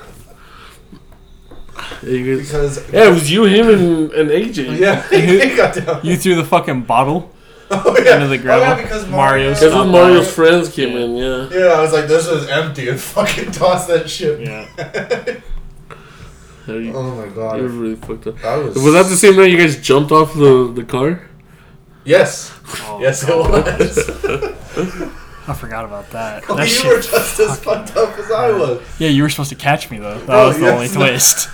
S2: yeah, you guys-
S1: Because
S2: yeah, it was you, him, and, and AJ.
S1: yeah, it got down.
S3: You threw the fucking bottle.
S1: oh, yeah.
S3: into the
S1: Oh, yeah,
S3: gravel.
S1: because
S3: Mario
S1: Mario.
S2: That's
S3: Stop
S2: when
S3: Mario.
S2: Mario's friends came in, yeah.
S1: Yeah, I was like, this is empty, and fucking toss that shit.
S3: Yeah.
S2: Yeah, you-
S1: Oh my god.
S2: you were really fucked up.
S1: That was.
S2: Was that the same night you guys jumped off the, the car?
S1: Yes.
S3: Oh,
S1: Yes, it
S3: God.
S1: was.
S3: I forgot about that.
S1: you
S3: that shit.
S1: were just as fucked up as I was.
S3: Yeah, you were supposed to catch me though. That
S1: Oh,
S3: was the
S1: yes.
S3: only twist.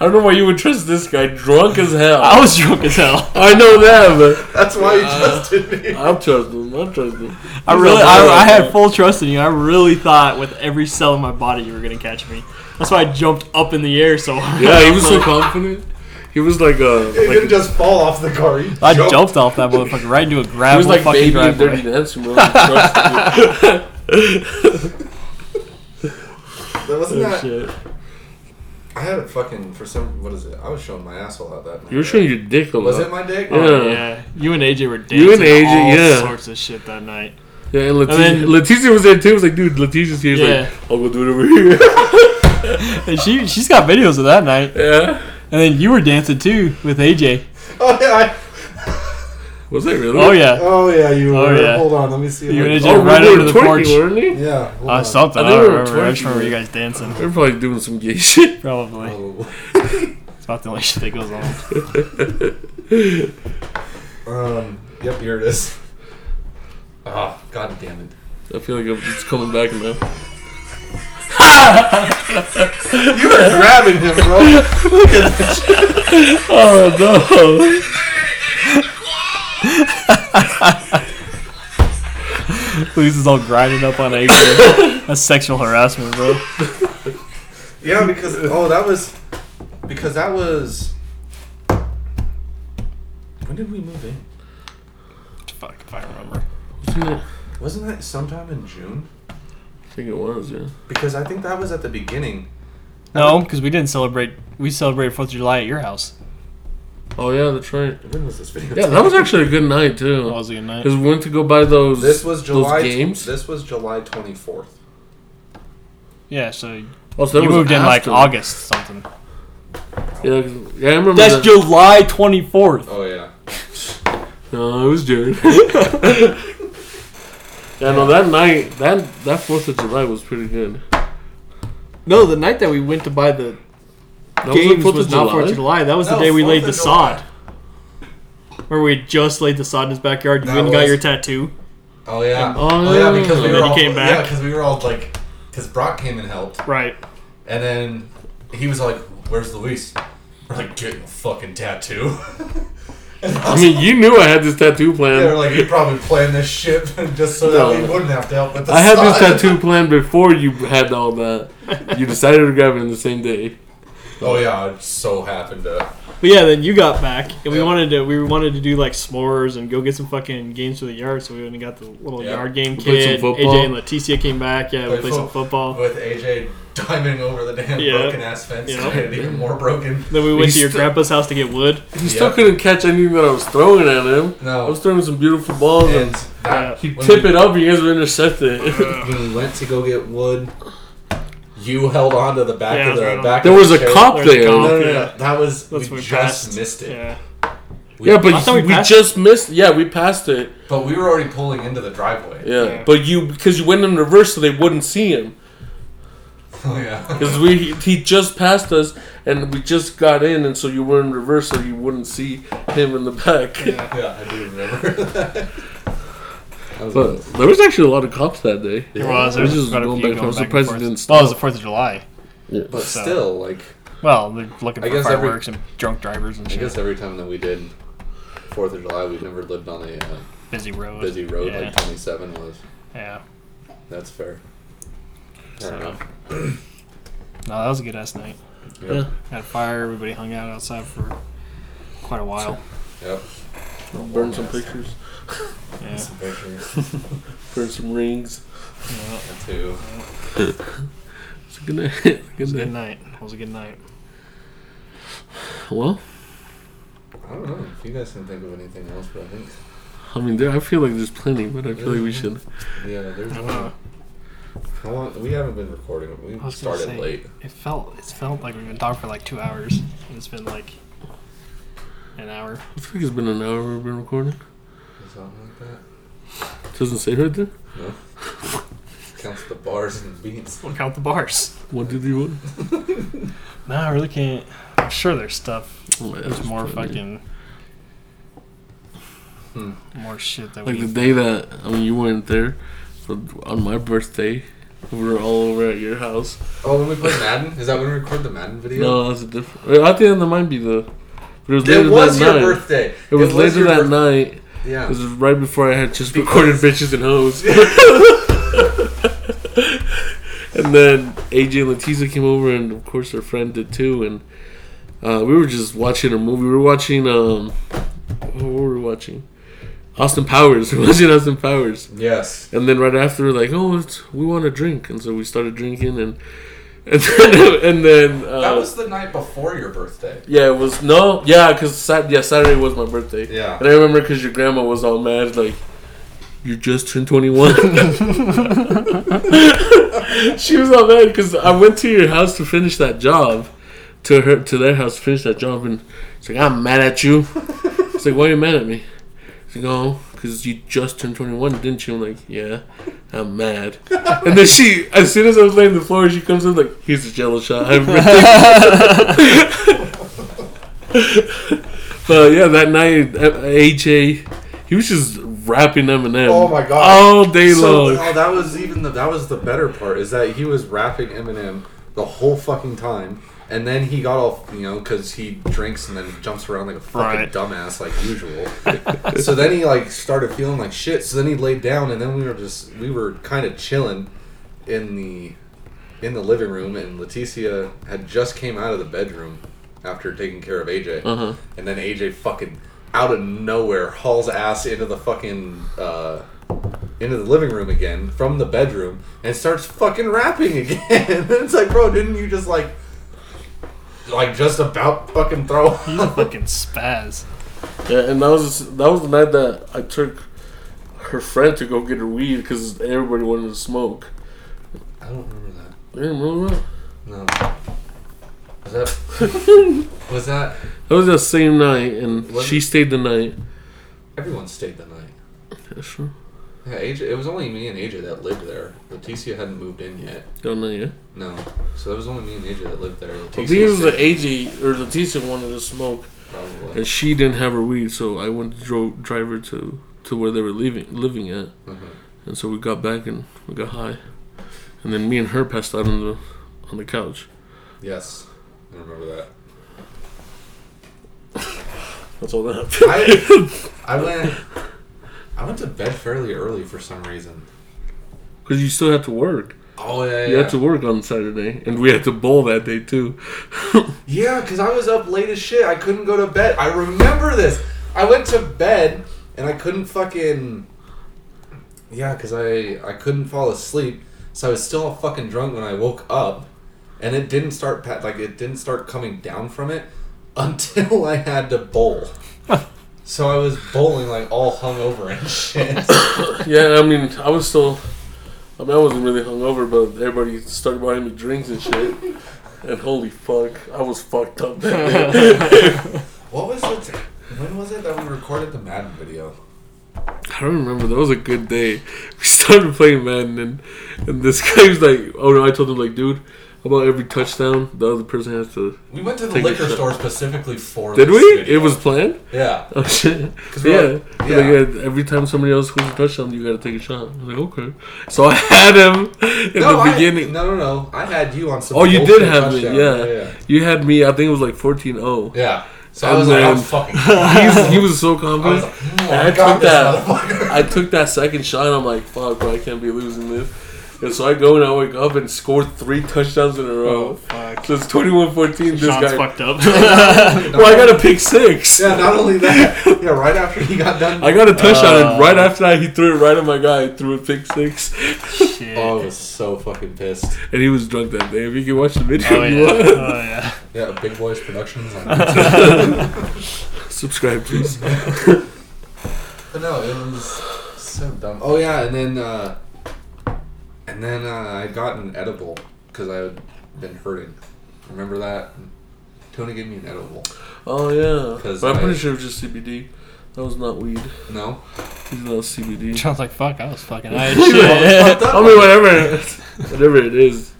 S2: I don't know why you would trust this guy, drunk as hell.
S3: I was drunk as hell.
S2: I know that, but
S1: That's why you
S3: Uh,
S1: trusted me.
S2: I'll trust him. I'll trust him.
S3: I
S2: He's
S3: really,
S2: a
S3: I,
S2: liar,
S3: I had
S2: man.
S3: full trust in you. I really thought with every cell in my body you were gonna catch me. That's why I jumped up in the air so high.
S2: Yeah, he was so confident. He was like a
S1: You
S2: like
S1: didn't just fall off the car. You
S3: I jumped off that motherfucker right into a
S2: he
S3: gravel
S2: was like
S3: fucking
S2: baby and
S3: driveway.
S2: dirty dancing. Man. Trust you.
S1: That wasn't
S3: Oh,
S1: that.
S3: shit.
S1: I had a fucking for some what is it? I was showing my asshole out that night.
S2: You were showing your dick a lot.
S1: Was it my dick?
S2: Yeah.
S1: Oh,
S3: yeah, you and AJ were dancing
S2: You and AJ,
S3: all
S2: yeah.
S3: sorts of shit that night.
S2: Yeah, and Letitia,
S3: then-
S2: Letitia was there too. It was like, dude, Letitia's here. He's
S3: Yeah.
S2: like, I'll go do it over here.
S3: And she she's got videos of that night.
S2: yeah.
S3: And then you were dancing too with AJ.
S1: oh yeah.
S2: Was that really?
S3: Oh yeah,
S1: Oh yeah. You.
S3: Oh,
S1: were.
S3: yeah.
S1: Hold on. Let me see.
S3: You
S1: what-
S3: and AJ
S2: Oh, we
S3: right
S2: were
S3: over the
S2: twerking,
S3: porch.
S2: weren't we?
S1: Yeah. hold
S3: Uh,
S1: on.
S3: something.
S2: I
S3: I,
S2: think
S3: don't
S2: we were
S3: remember. I just
S2: twerking,
S3: remember you
S2: man.
S3: guys dancing.
S2: They're probably doing some gay shit.
S3: Probably.
S1: Oh.
S3: It's about the only shit that goes on.
S1: Um. Yep. Here it is. Ah. God damn it.
S2: I feel like I'm just coming back now.
S1: You were grabbing him, bro.
S2: Oh no!
S3: Luis is all grinding up on AJ. That's sexual harassment, bro.
S1: Yeah, because oh, that was because that was. When did we move in?
S3: Fuck if I remember.
S2: Wasn't it?
S1: Wasn't that sometime in June?
S2: I think it was. Yeah.
S1: Because I think that was at the beginning.
S3: No, because we didn't celebrate. We celebrated Fourth of July at your house.
S2: Oh yeah, that's right.
S1: When was this video?
S2: Yeah, that was actually a good night too.
S3: That was a good night.
S2: Because we went to go buy those.
S1: This was July.
S2: Those games.
S1: This was July twenty fourth.
S3: Yeah, so you
S2: oh, so that was
S3: moved in like
S2: after.
S3: August something.
S2: Yeah, 'cause- yeah, I remember.
S3: That's
S2: that.
S3: July twenty fourth.
S1: Oh yeah.
S2: No, it was June. yeah, no, that night, that that Fourth of July was pretty good.
S5: No, the night that we went to buy the
S2: That
S5: games
S2: Fourth
S5: was not Fourth of July. That was the
S1: No,
S5: day we
S1: 4th
S5: laid
S1: of
S5: the
S1: July.
S5: sod. Where we just laid the sod in his backyard. You
S1: That
S5: went and got
S1: was-
S5: your tattoo.
S1: Oh yeah.
S2: Oh, yeah.
S1: because we
S2: And
S1: were
S5: then he
S1: all,
S5: came back.
S1: Yeah, because we were all like, because Brock came and helped,
S5: Right.
S1: and then he was like, "Where's Luis?" We're like, "Getting a fucking tattoo." and I
S2: I
S1: was
S2: mean, you knew I had this
S1: They
S2: tattoo
S1: were
S2: planned.
S1: like, you probably planned this shit just so
S2: No.
S1: that we wouldn't have to help with the
S2: I had this
S1: sod."
S2: tattoo planned before you had all that. You decided to grab it in the same day.
S1: Oh yeah, it so happened to.
S5: But yeah, then you got back, and we
S1: Yeah.
S5: wanted to we wanted to do like s'mores and go get some fucking games for the yard. So we went and got the little
S1: Yeah.
S5: yard game
S2: We played some
S5: kit.
S2: football.
S5: AJ and Leticia came back. Yeah, we
S1: Played
S5: played some
S1: fo-
S5: football.
S1: With AJ diving over the damn
S5: Yeah.
S1: broken ass fence,
S5: Yeah.
S1: and made it even more broken.
S5: Then we went to your
S2: still-
S5: grandpa's house to get wood.
S2: He still couldn't catch anything that I was throwing at him. I
S1: No,
S2: was throwing some beautiful balls
S1: and
S2: and
S1: that,
S2: he
S1: when
S2: tip
S1: we-
S2: it up, you guys would intercept it.
S1: When we went to go get wood, you held on to the back
S5: Yeah,
S1: of the
S5: I was
S1: back.
S2: there
S1: of
S2: was
S1: the
S2: a
S1: chair.
S2: cop
S5: There's a
S2: there.
S1: No,
S5: cop.
S1: no, no,
S5: Yeah.
S1: no, that was
S5: That's
S1: we
S5: when we
S1: just
S5: passed.
S1: missed it.
S5: Yeah,
S1: We-
S2: yeah,
S5: I
S2: but
S5: thought
S2: we,
S5: we passed
S2: just missed. Yeah, we passed it.
S1: But we were already pulling into the driveway.
S2: Yeah,
S5: Yeah.
S2: but you because you went in reverse, so they wouldn't see him.
S1: Oh yeah.
S2: Because we he- he just passed us, and we just got in, and so you were in reverse, so you wouldn't see him in the back.
S1: Yeah, I do remember. that was
S2: But there was actually a lot of cops that day.
S3: There was. There
S2: We're
S3: was
S2: just
S3: just quite a
S2: going
S3: few
S2: back-
S3: going
S2: I'm
S3: back and
S2: surprised it
S3: forth.
S2: didn't
S3: Well, it was the Fourth of July.
S1: but
S3: so-
S1: still, like
S3: Well, they're looking
S1: I
S3: for
S1: guess every-
S3: fireworks and drunk drivers and
S1: I
S3: shit.
S1: guess every time that we did Fourth of July, we never lived on a uh,
S3: busy road.
S1: busy road
S3: Yeah.
S1: like 27 was.
S3: yeah.
S1: That's fair. I
S3: So-
S1: don't know.
S3: No, that was a good ass night.
S1: Yep.
S3: Had a fire. Everybody hung out outside for quite a while.
S1: Yep.
S2: Burn some pictures,
S3: Yeah.
S1: Some pictures.
S2: burn some rings.
S3: yeah.
S1: That too.
S2: It's a good night.
S3: It was
S2: good
S3: a good
S2: night.
S3: night. It was a good night.
S2: Well,
S1: I don't know if you guys can think of anything else, but I think
S2: I mean, there, I feel like there's plenty, but I feel like we should.
S1: yeah, there's
S3: Uh,
S1: one. How long? We haven't been recording. We
S3: gonna
S1: started
S3: say-
S1: late.
S3: It felt it felt like we've been talking for like two hours. and It's been like an hour.
S2: I think it's been an hour we've been recording.
S1: Or something like that.
S2: doesn't say right there.
S1: No. Counts the bars and beats.
S3: We'll count the bars.
S2: What did you want?
S3: No, I really can't. I'm sure there's stuff.
S2: Oh, yeah,
S3: There's more
S2: plenty.
S3: fucking
S1: Hmm.
S3: more shit that
S2: Like the
S3: we.
S2: day that I mean you weren't there, but on my birthday, we were all over at your house.
S1: Oh, when we played Madden, is that when we recorded the Madden video?
S2: No, that's a different. I think that might be the. But it was later
S1: It was
S2: that
S1: your
S2: night.
S1: birthday.
S2: It was later
S1: your
S2: that
S1: birth-
S2: night. It
S1: Yeah.
S2: was right before I had just
S1: Because-
S2: recorded bitches and hoes. and then AJ and Letiza came over, and of course her friend did too. And uh, we were just watching a movie. We were watching um, what were we watching? Austin Powers. We were watching Austin Powers.
S1: Yes.
S2: And then right after, like, oh, it's, we want to drink, and so we started drinking, and and then, and then uh,
S1: That was the night before your birthday.
S2: yeah, it was no, yeah, because sat, yeah, Saturday was my birthday.
S1: Yeah.
S2: and I remember because your grandma was all mad, like, "You just turned 21. she was all mad because I went to your house to finish that job, to her to their house to finish that job, and she's like, "I'm mad at you." It's like, "Why are you mad at me?" She's like, "Oh, because you just turned 21, didn't you?" I'm like, "Yeah." I'm mad. And then she, as soon as I was laying on the floor, she comes in like, here's a jello shot. I'm but yeah, that night, uh, AJ, he was just rapping Eminem.
S1: Oh my God.
S2: All day
S1: So,
S2: long.
S1: oh, that was even the that was the better part is that he was rapping Eminem the whole fucking time, and then he got off, you know, because he drinks and then jumps around like a fucking
S3: Right.
S1: dumbass like usual. so then he like started feeling like shit. So then he laid down, and then we were just we were kind of chilling in the in the living room, and Leticia had just came out of the bedroom after taking care of AJ,
S2: Uh-huh.
S1: and then AJ fucking out of nowhere hauls ass into the fucking. Uh, into the living room again from the bedroom and starts fucking rapping again. and it's like, bro, didn't you just like, like just about fucking throw?
S3: He's a fucking spaz.
S2: Yeah, and that was that was the night that I took her friend to go get her weed because everybody wanted to smoke.
S1: I don't remember that.
S2: Yeah, remember that?
S1: No. Was that? was that?
S2: That was that same night, and
S1: Was
S2: she
S1: it-
S2: stayed the night.
S1: Everyone stayed the night.
S2: Yeah, sure.
S1: Yeah, AJ. It was only me and AJ that lived there. Leticia hadn't moved in yet.
S2: Don't know yet.
S1: No. So that was only me and AJ that lived there.
S2: I think it was the
S1: stayed,
S2: AJ or Leticia wanted to smoke,
S1: probably.
S2: and she didn't have her weed, so I went to dro- drive her to, to where they were leaving living at,
S1: Mhm.
S2: and so we got back and we got high, and then me and her passed out on the on the couch.
S1: Yes, I remember that.
S2: That's all that happened.
S1: I, I went. I went to bed fairly early for some reason.
S2: Because you still had to work.
S1: Oh yeah,
S2: You
S1: yeah.
S2: had to work on Saturday, and we had to bowl that day too.
S1: Yeah, because I was up late as shit. I couldn't go to bed. I remember this. I went to bed and I couldn't fucking. Yeah, because I I couldn't fall asleep, so I was still all fucking drunk when I woke up, and it didn't start pa- like it didn't start coming down from it until I had to bowl. so I was bowling like all hungover and shit.
S2: yeah, I mean, I was still. I mean, I wasn't really hungover, but everybody started buying me drinks and shit. And holy fuck, I was fucked up that day.
S1: what was it? When was it that we recorded the Madden video?
S2: I don't remember. That was a good day. We started playing Madden, and, and this guy was like, "Oh no!" I told him like, "Dude, about every touchdown, the other person has to."
S1: We went to the
S2: Take a
S1: liquor
S2: shot.
S1: store specifically for.
S2: Did
S1: this
S2: we?
S1: video.
S2: It was planned.
S1: Yeah.
S2: Oh shit!
S1: 'Cause
S2: Yeah.
S1: we're like-
S2: Like,
S1: yeah.
S2: uh, every time somebody else scores a touchdown, you gotta take a shot. I was like, okay. So I had him in the
S1: I-
S2: beginning.
S1: no, no, no. I had you on some.
S2: Oh, you
S1: bullshit
S2: did have me,
S1: touchdown.
S2: yeah.
S1: yeah.
S2: You had me. I think it was like 14-0.
S1: yeah. So I
S2: And
S1: was like, I'm
S2: then-
S1: fucking. I
S2: He's, he was so
S1: was
S2: confident.
S1: like, mm,
S2: And
S1: I,
S2: I
S1: got
S2: took
S1: this
S2: that.
S1: motherfucker.
S2: I took that second shot. and I'm like, fuck, bro, I can't be losing this. And so I go and I wake up and score three touchdowns in a row.
S1: Uh-huh.
S3: fuck.
S2: So it's 21-14. Oh, This
S3: Sean's
S2: guy.
S3: fucked up.
S2: Well, I got a pick six.
S1: Yeah. Not only that. Yeah. Right after he got done.
S2: I got a touchdown,
S3: Uh.
S2: and right after that, he threw it right at my guy. and Threw a pick six,
S3: Shit.
S1: oh, I was so fucking pissed.
S2: and he was drunk that day. If you can watch the video,
S3: Oh
S2: if
S3: yeah.
S2: you want.
S3: Oh yeah.
S1: Yeah. Big Boys Productions. On
S3: Oh,
S1: YouTube.
S2: subscribe, please.
S1: but no, it was so dumb. Oh yeah, and then uh, and then uh, I got an edible because I had been hurting. Remember that? Tony gave me an edible.
S2: Oh yeah,
S1: 'Cause
S2: but I'm
S1: I-
S2: pretty sure it was just CBD. That was not weed.
S1: No.
S2: It was not CBD.
S3: Sean's like, fuck. I was fucking high. as shit.
S1: Fucked up.
S2: I mean, whatever, whatever it is.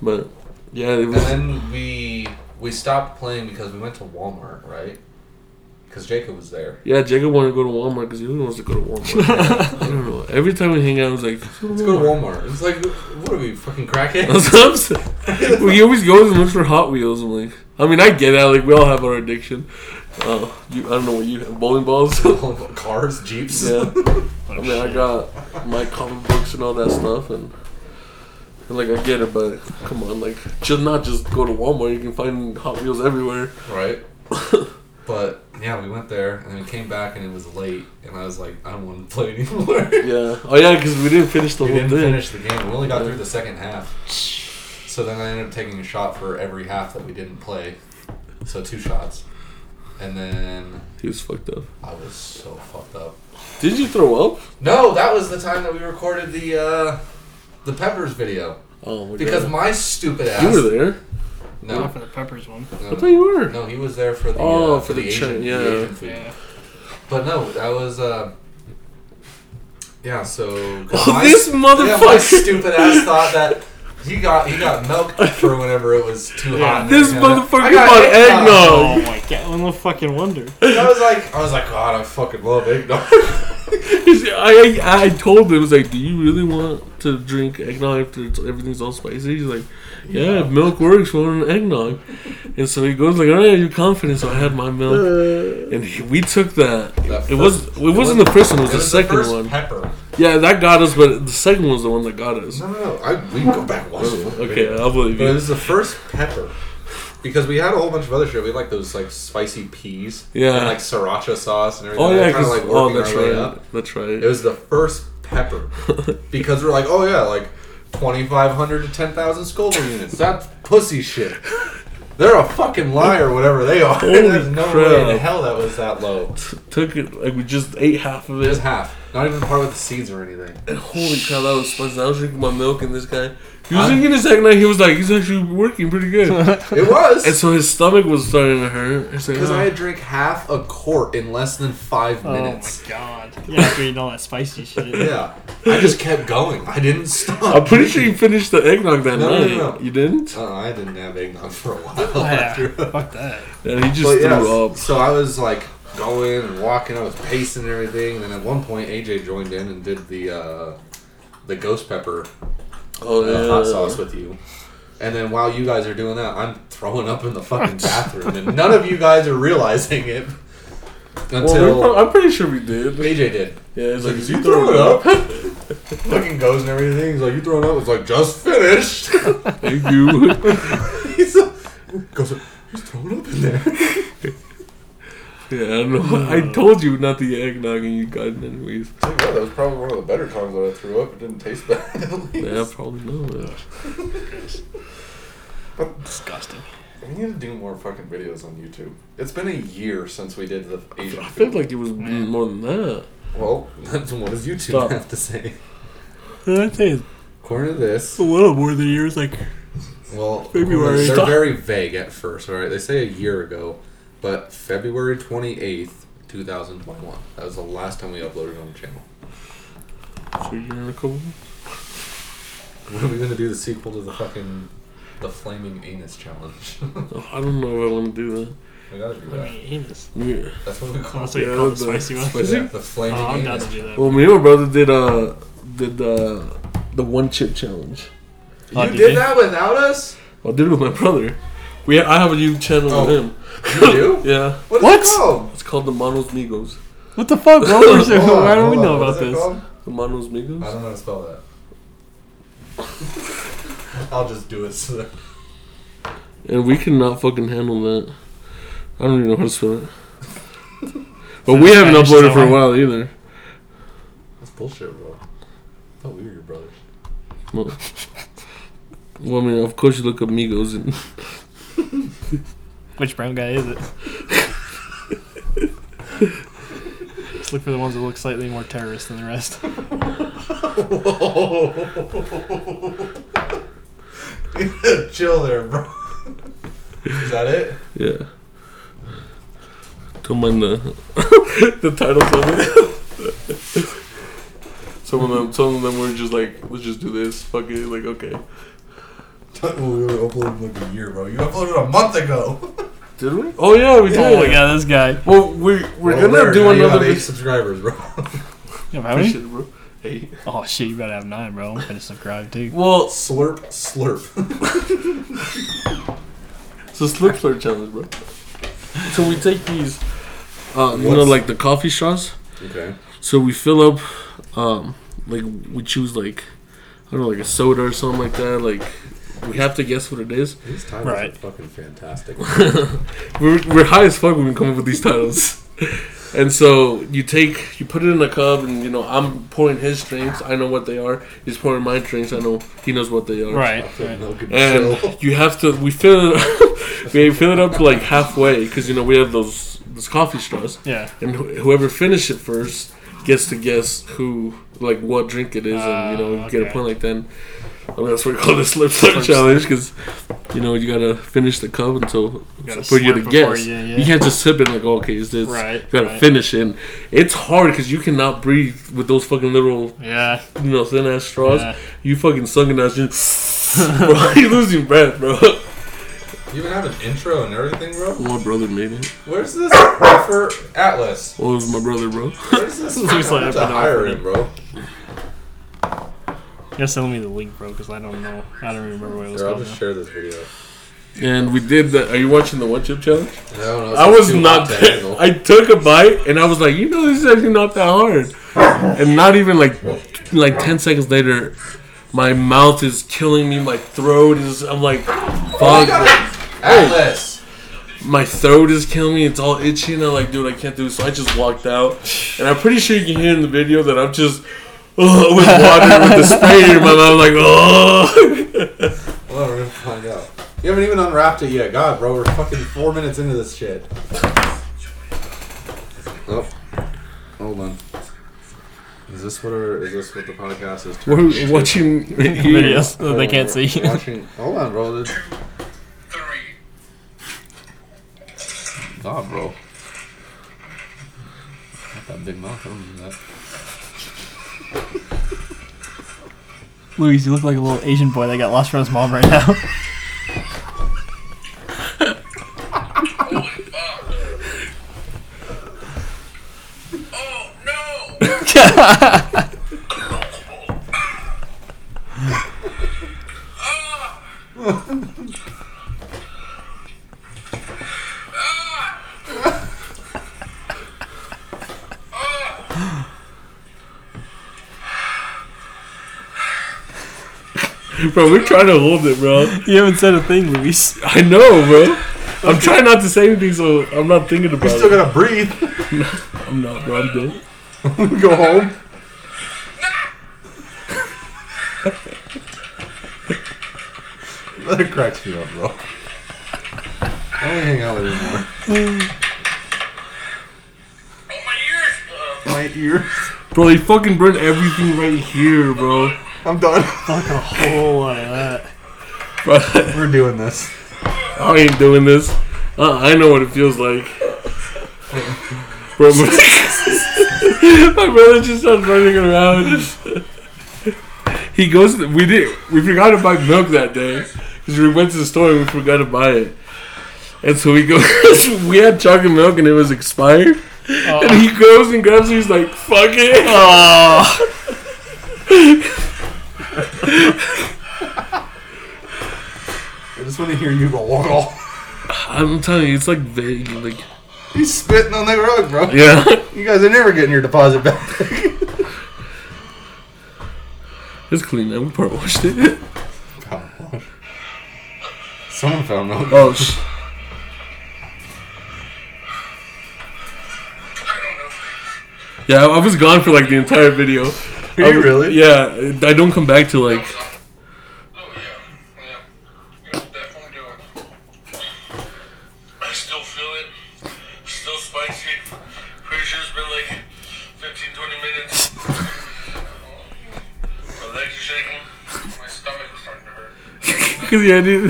S2: But yeah, it
S1: And
S2: was.
S1: then we we stopped playing because we went to Walmart, right? Because Jacob was there.
S2: Yeah, Jacob wanted to go to Walmart because he really wants to go to Walmart. I don't know. Every time we hang out, I was like,
S1: Let's go to Walmart. It's like, what are we fucking
S2: That's
S1: crackheads?
S2: what I'm saying. Well, he always goes and looks for Hot Wheels. I'm like, I mean, I get that. Like, we all have our addiction. Uh, you, I don't know what you have. Bowling balls. yeah.
S1: Cars, jeeps.
S2: I mean, I got my comic books and all that stuff, and, and like I get it, but come on, like just not just go to Walmart. You can find Hot Wheels everywhere.
S1: Right. But yeah, we went there and then we came back and it was late and I was like, I don't want to play anymore.
S2: Yeah. Oh yeah, because we didn't finish the
S1: we
S2: whole
S1: didn't
S2: thing.
S1: finish the game. We only got through the second half. So then I ended up taking a shot for every half that we didn't play. So two shots. And then
S2: He was fucked up.
S1: I was so fucked up.
S2: Did you throw up?
S1: No, that was the time that we recorded the uh, the Peppers video.
S2: Oh, my
S1: Because
S2: God.
S1: my stupid ass. Uh-huh.
S2: you were there.
S1: No,
S5: Not for the peppers one.
S1: no,
S2: I
S1: no.
S2: thought you were.
S1: No, he was there for the
S2: Oh,
S1: uh,
S2: for the
S1: Asian,
S2: Chin- yeah.
S1: the Asian food.
S5: Yeah.
S1: But no, that was uh, yeah. So 'cause
S2: Oh, this
S1: yeah, my
S2: motherfucker.
S1: stupid ass thought that he got he got milked for whenever it was too hot. and
S2: This
S1: everything like that.
S2: motherfucker
S1: I got
S2: bought
S1: eggnog.
S5: Oh
S2: eggnog.
S5: my god, no fucking wonder. Oh,
S1: I was like, I was like, God, I fucking love eggnog.
S2: He's- I, I I told him, I was like, do you really want to drink eggnog after it's- everything's all spicy? He's like, yeah, if milk works, we want an eggnog. And so he goes like, all right, you're confident. So I had my milk, and he, we took that.
S1: That
S2: it
S1: first-
S2: was it wasn't the first one. It was the second
S1: first
S2: one.
S1: Pepper.
S2: Yeah, that got us, but the second one's the one that got us.
S1: No, no, no. I, we can go back and watch it.
S2: Oh, Okay, I'll believe
S1: But it
S2: you.
S1: was the first pepper. Because we had a whole bunch of other shit. We had like those like spicy peas.
S2: Yeah.
S1: And like sriracha sauce and everything.
S2: Oh yeah,
S1: kind of
S2: because
S1: like working
S2: oh that's
S1: our way
S2: right,
S1: up.
S2: that's
S1: It
S2: right.
S1: was the first pepper. because we're like, oh yeah, like 2,500 to 10,000 Scoville units. That's pussy shit. They're a fucking liar, whatever they are.
S2: Holy
S1: There's no way in
S2: crap.
S1: hell that was that low.
S2: Took it like we just ate half of
S1: It was
S2: it.
S1: half. Not even the part with the seeds or anything.
S2: And holy cow, that was spicy. I was drinking my milk, and this guy, he was
S1: I-
S2: drinking his eggnog. He was like, he's actually working pretty good.
S1: It was.
S2: and so his stomach was starting to hurt. It's like,
S1: Because
S2: oh.
S1: I had drank half a quart in less than five
S5: Oh my
S1: minutes.
S5: god. Yeah, after eating all that spicy shit.
S1: Yeah. I just kept going. I didn't stop.
S2: I'm pretty sure you finished the eggnog that
S1: No, no,
S2: night.
S1: no.
S2: You didn't?
S1: Oh, I didn't have eggnog for a while.
S5: Oh, Yeah,
S1: after.
S5: fuck that.
S2: And he just
S1: But
S2: threw
S1: yeah,
S2: up.
S1: so I was like going and walking. I was pacing and everything. And then at one point, AJ joined in and did the uh, the ghost pepper
S2: Oh
S1: uh,
S2: yeah,
S1: hot sauce with you. And then while you guys are doing that, I'm throwing up in the fucking bathroom, and none of you guys are realizing it
S2: Well,
S1: until
S2: we pro- I'm pretty sure we did. Yeah,
S1: AJ did.
S2: it's like,
S1: Like,
S2: is
S1: you
S2: he
S1: throw
S2: throwing
S1: it
S2: up?
S1: up? Fucking goes and everything. He's like, "You throwing up?" It's like, "Just finished."
S2: Thank you.
S1: He's a, goes, he's throwing up in there.
S2: yeah, I don't know. I told you not the eggnog, and you got it anyways.
S1: Tell you what, that was probably one of the better times that I threw up. It didn't taste bad. at least.
S2: Yeah, probably not.
S5: Disgusting.
S1: We need to do more fucking videos on YouTube. It's been a year since we did the Asian.
S2: I feel
S1: food.
S2: like it was more than that.
S1: Well, that's what does YouTube
S2: Stop.
S1: have to say?
S5: I'd say it's
S1: According to this,
S5: little more than years. Like,
S1: well,
S5: February.
S1: they're
S5: Stop.
S1: very vague at first. All right, they say a year ago, but February twenty eighth, two thousand twenty one. That was the last time we uploaded on the channel.
S2: So you're in a couple.
S1: When are we gonna do the sequel to the fucking the flaming anus challenge?
S2: Oh, I don't know if I want to do that.
S1: I gotta do
S5: I mean,
S1: that.
S5: anus.
S2: Me,
S1: That's what we call
S5: That's
S1: it.
S5: what
S2: Yeah,
S5: you call
S2: the
S5: the spicy one.
S2: spicy-
S1: Yeah, the flaming
S5: Oh, I'm down
S1: anus.
S5: to do that.
S2: well, me and my brother did uh did uh the one chip challenge.
S1: You
S5: Oh, did
S1: did,
S5: you?
S1: that without us?
S2: I did it with my brother. We I have a YouTube channel
S1: Oh.
S2: with him.
S1: You do?
S2: Yeah,
S1: What?
S5: What?
S1: Is it called?
S2: it's called the Manos Migos.
S5: What the fuck, bro? Why
S1: Hold on,
S5: don't
S1: hold
S5: we
S1: on,
S5: know
S1: what
S5: about
S1: is it
S5: this?
S1: called?
S2: The Manos
S1: I
S2: Migos.
S1: don't know how to spell that. I'll just do it. So that-
S2: And we cannot fucking handle that. I don't even know how to spell it. But we haven't
S5: Spanish,
S2: uploaded
S5: so
S2: for a
S5: I-
S2: while either.
S1: That's bullshit, bro. I thought we were your brothers.
S2: Well, well, I mean, of course you look up Migos and
S5: Which brown guy is it? Just look for the ones that look slightly more terrorist than the rest.
S1: Chill there, bro. Is that it?
S2: yeah. Don't mind the the titles of it. some of them, some of them were just like, let's just do this. Fuck it. Like, okay.
S1: we were uploading like a year, bro. You uploaded a month ago.
S2: Did we? Oh yeah, we did.
S5: Oh my god, this guy.
S2: Well, we
S1: Oh,
S2: we're gonna do another.
S1: eight
S2: video-
S1: subscribers, bro.
S5: You have how many?
S2: Appreciate it, bro. Hey.
S5: Oh shit, you better have nine, bro. I'm finna subscribe too.
S2: Well,
S1: slurp, slurp.
S2: it's a slip slur challenge, bro. So we take these, uh, you know,
S1: What's-
S2: like the coffee straws.
S1: Okay.
S2: So we fill up, um, like we choose like, I don't know, like a soda or something like that. Like we have to guess what it is.
S1: These times
S5: Right.
S1: fucking fantastic.
S2: we're, we're high as fuck when we come up with these titles. And so you take, you put it in a cup, and you know I'm pouring his drinks. I know what they are. He's pouring my drinks. I know he knows what they are.
S3: Right.
S1: Fucking no good
S2: And
S1: chill.
S2: you have to. We fill it. we fill it up like halfway because you know we have those those coffee straws,
S3: Yeah.
S2: and wh- whoever finishes it first gets to guess who like what drink it is, and you know
S3: Ah,
S2: get a
S3: okay.
S2: point like that. I mean, that's what we call the slip slip
S3: Slip
S2: challenge because you know you gotta finish the cup until
S3: gotta
S2: for you to
S3: slurp before
S2: guess.
S3: you-
S2: You,
S3: yeah.
S2: can't just sip it and like okay, is this?
S3: Right,
S2: You gotta
S3: right.
S2: finish it. And it's hard because you cannot breathe with those fucking little
S3: Yeah.
S2: you know, thin ass straws.
S3: Yeah.
S2: You fucking sunken ass just bro, you losing breath, bro.
S1: You even have an intro and everything, bro.
S2: My brother made it.
S1: Where's this for Atlas?
S2: Well, Oh, it was my brother, bro.
S1: Where's this?
S3: Looks like
S1: I have
S3: I've
S1: to
S3: been
S1: hire
S3: offered
S1: him, bro.
S3: You gotta send me the link, bro, because I don't know. I don't remember what it was
S1: Here, I'll
S3: called.
S1: just share this video.
S2: And we did the. Are you watching the one chip challenge?
S1: I don't know. it's
S2: I
S1: like
S2: was
S1: too
S2: not.
S1: hot to handle.
S2: I took a bite and I was like, you know, this is actually not that hard. And not even like, like ten seconds later, my mouth is killing me. My throat is. I'm like,
S1: Oh my
S2: fuck.
S1: God, Atlas.
S2: my throat is killing me. It's all itchy, and I'm like, dude, I can't do this. So I just walked out, and I'm pretty sure you can hear in the video that I'm just oh, with water with the spray in my mouth, like oh.
S1: Well, we're gonna find out. You haven't even unwrapped it yet. God, bro, we're fucking four minutes into this shit. Oh, hold on. Is this what our, is this what the podcast is? turned
S2: We're watching
S3: Videos that they can't
S1: We're
S3: see.
S1: Watching, hold on, bro. This-
S4: Three.
S1: God, bro. Not that big mouth. I don't need that.
S3: Louise, you look like a little Asian boy that got lost from his mom right now.
S4: Oh no!
S2: bro. We're trying to hold it, bro.
S3: you haven't said a thing, Louise.
S2: I know, bro. I'm trying not to say anything, so I'm not thinking about
S1: Still
S2: it.
S1: gotta breathe.
S2: I'm not, bro. I'm dead.
S1: Go home. that cracks me up, bro. I don't hang out with him more.
S4: Oh my ears!
S1: My ears.
S2: Bro, he fucking burned everything right here, bro.
S1: I'm done.
S3: A whole lot of that.
S2: bro
S1: We're doing this.
S2: I ain't doing this. Uh, I know what it feels like. Bro, my, my brother just starts running around. he goes. To, we did. We forgot to buy milk that day because we went to the store and we forgot to buy it. And so we go. we had chocolate milk and it was expired. And he goes and grabs it. He's like, "Fuck it."
S3: Oh,
S1: I just want to hear you go woggle.
S2: I'm telling you, it's like vague. Like,
S1: He's spitting on that rug, bro.
S2: yeah.
S1: You guys are never getting your deposit back.
S2: It's clean now. We part washed it.
S1: Someone found milk.
S2: Oh, sh-
S4: I don't know.
S2: yeah. I I was gone for like the entire video.
S1: Are you really?
S2: Yeah, I don't come back to like.
S4: Oh yeah, yeah. You definitely do it. I still feel it. Still spicy. Pretty sure it's been like 15, 20 minutes. My legs are shaking. My stomach is starting to hurt.
S2: Because he had it.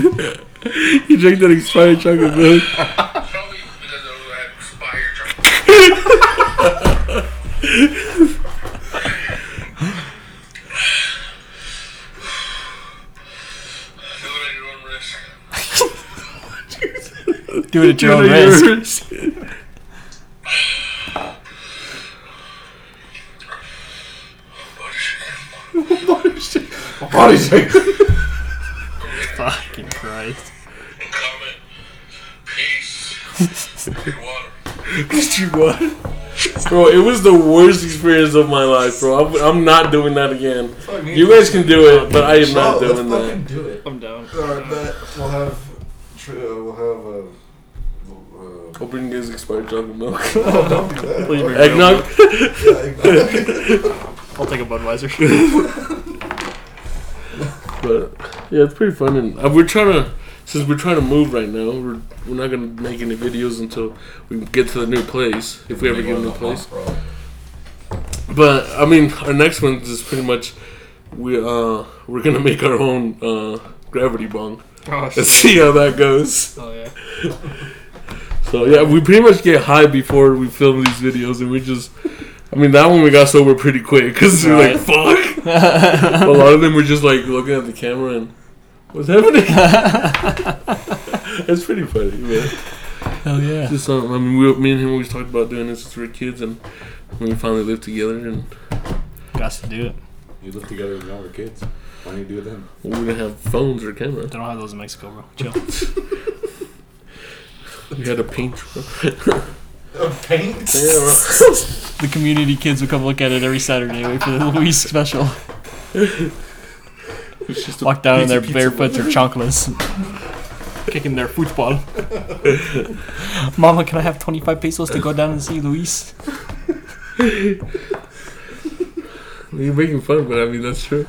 S2: He drank that expired chocolate milk.
S4: Probably because I was- I had expired chocolate. Do what I do on risk.
S3: do it at your own
S2: Out of
S3: risk.
S2: yours.
S4: Oh, shit.
S1: Body shake.
S3: Fucking Christ.
S4: comment. Peace. Good water.
S2: Did you what? Bro, it was the worst experience of my life, bro. I'm, I'm not doing that again. You guys can do it, but I am not doing that.
S1: do it.
S5: I'm down.
S1: Alright, bet we'll have. Tr- uh, we'll have. Uh, uh,
S2: Hoping you guys expired chocolate milk.
S1: Oh, don't do that.
S3: Please bring it over.
S2: Eggnog?
S3: I'll take a Budweiser.
S2: But yeah, it's pretty fun, and uh, we're trying to since we're trying to move right now. We're we're not gonna make any videos until we get to the new place, if we ever get a new place. But I mean, our next one is pretty much we uh we're gonna make our own uh gravity bong
S5: Oh,
S2: and see how that goes.
S5: oh yeah.
S2: So yeah, we pretty much get high before we film these videos, and we just. I mean that one we got sober pretty quick because we're like fuck. a lot of them were just like looking at the camera and what's happening. it's pretty funny, man.
S3: Hell yeah.
S2: Just something. I mean, we, me and him always talked about doing this since we were kids, and when we finally lived together, and
S3: Got to do it.
S6: You live together when y'all were kids. Why don't you do it then?
S2: we didn't have phones or cameras.
S3: They don't have those in Mexico, bro. Chill.
S2: We had a paint. truck.
S1: paint?
S2: yeah, bro.
S3: the community kids will come look at it every Saturday. Wait for the Luis special.
S2: It's just a
S3: Walk down in
S2: piece
S3: their
S2: of pizza
S3: bare boots or chanclas, kicking their football. Mama, can I have 25 pesos to go down and see Luis?
S2: You're making fun, but I mean that's true.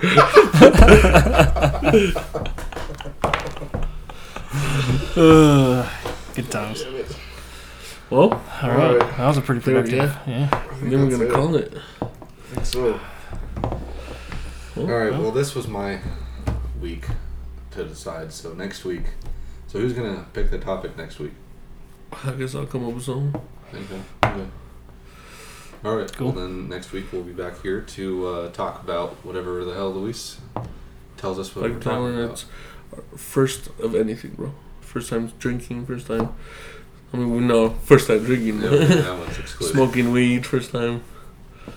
S3: Ugh. Good times.
S2: Well,
S3: All right.
S1: All right.
S3: That was a pretty
S2: There we
S3: productive. Yeah.
S2: then we're gonna call it.
S1: I think so. All right. Well, this was my week to decide. So next week. So who's gonna pick the topic next week?
S2: I guess I'll come up with something.
S1: Okay. okay. All right. Cool. Well, then next week we'll be back here to uh, talk about whatever the hell Luis tells us what we're
S2: Like
S1: talking
S2: Tyler,
S1: about.
S2: it's our first of anything, bro. First time drinking, first time. I mean, we know first time drinking,
S1: Yeah, okay, that one's excluded.
S2: smoking weed, first time. I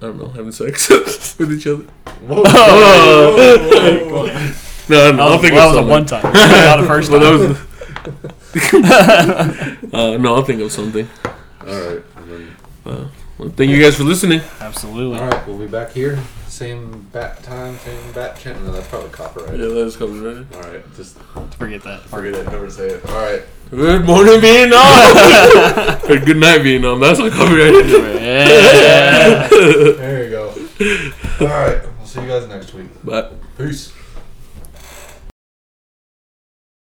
S2: don't know, having sex with each other.
S1: Whoa.
S2: No, no,
S3: That
S2: I'll
S3: was,
S2: think of
S3: Um, that was a
S2: something.
S3: one time. Not a first
S2: Well,
S3: time.
S2: that was. uh, no, I'll think of something.
S1: All right. And then,
S2: Well, thank you guys for listening.
S3: Absolutely.
S1: all right. We'll be back here. Same bat time. Same bat channel. No, that's probably copyrighted.
S2: Yeah, that is copyrighted.
S1: All right. Just
S3: Forget that.
S1: forget it. Never say it. All right.
S2: Good morning, Vietnam. or good night, Vietnam. That's not copyrighted.
S3: Yeah.
S1: There you go. All right. We'll see you guys next week.
S2: but.
S1: Peace.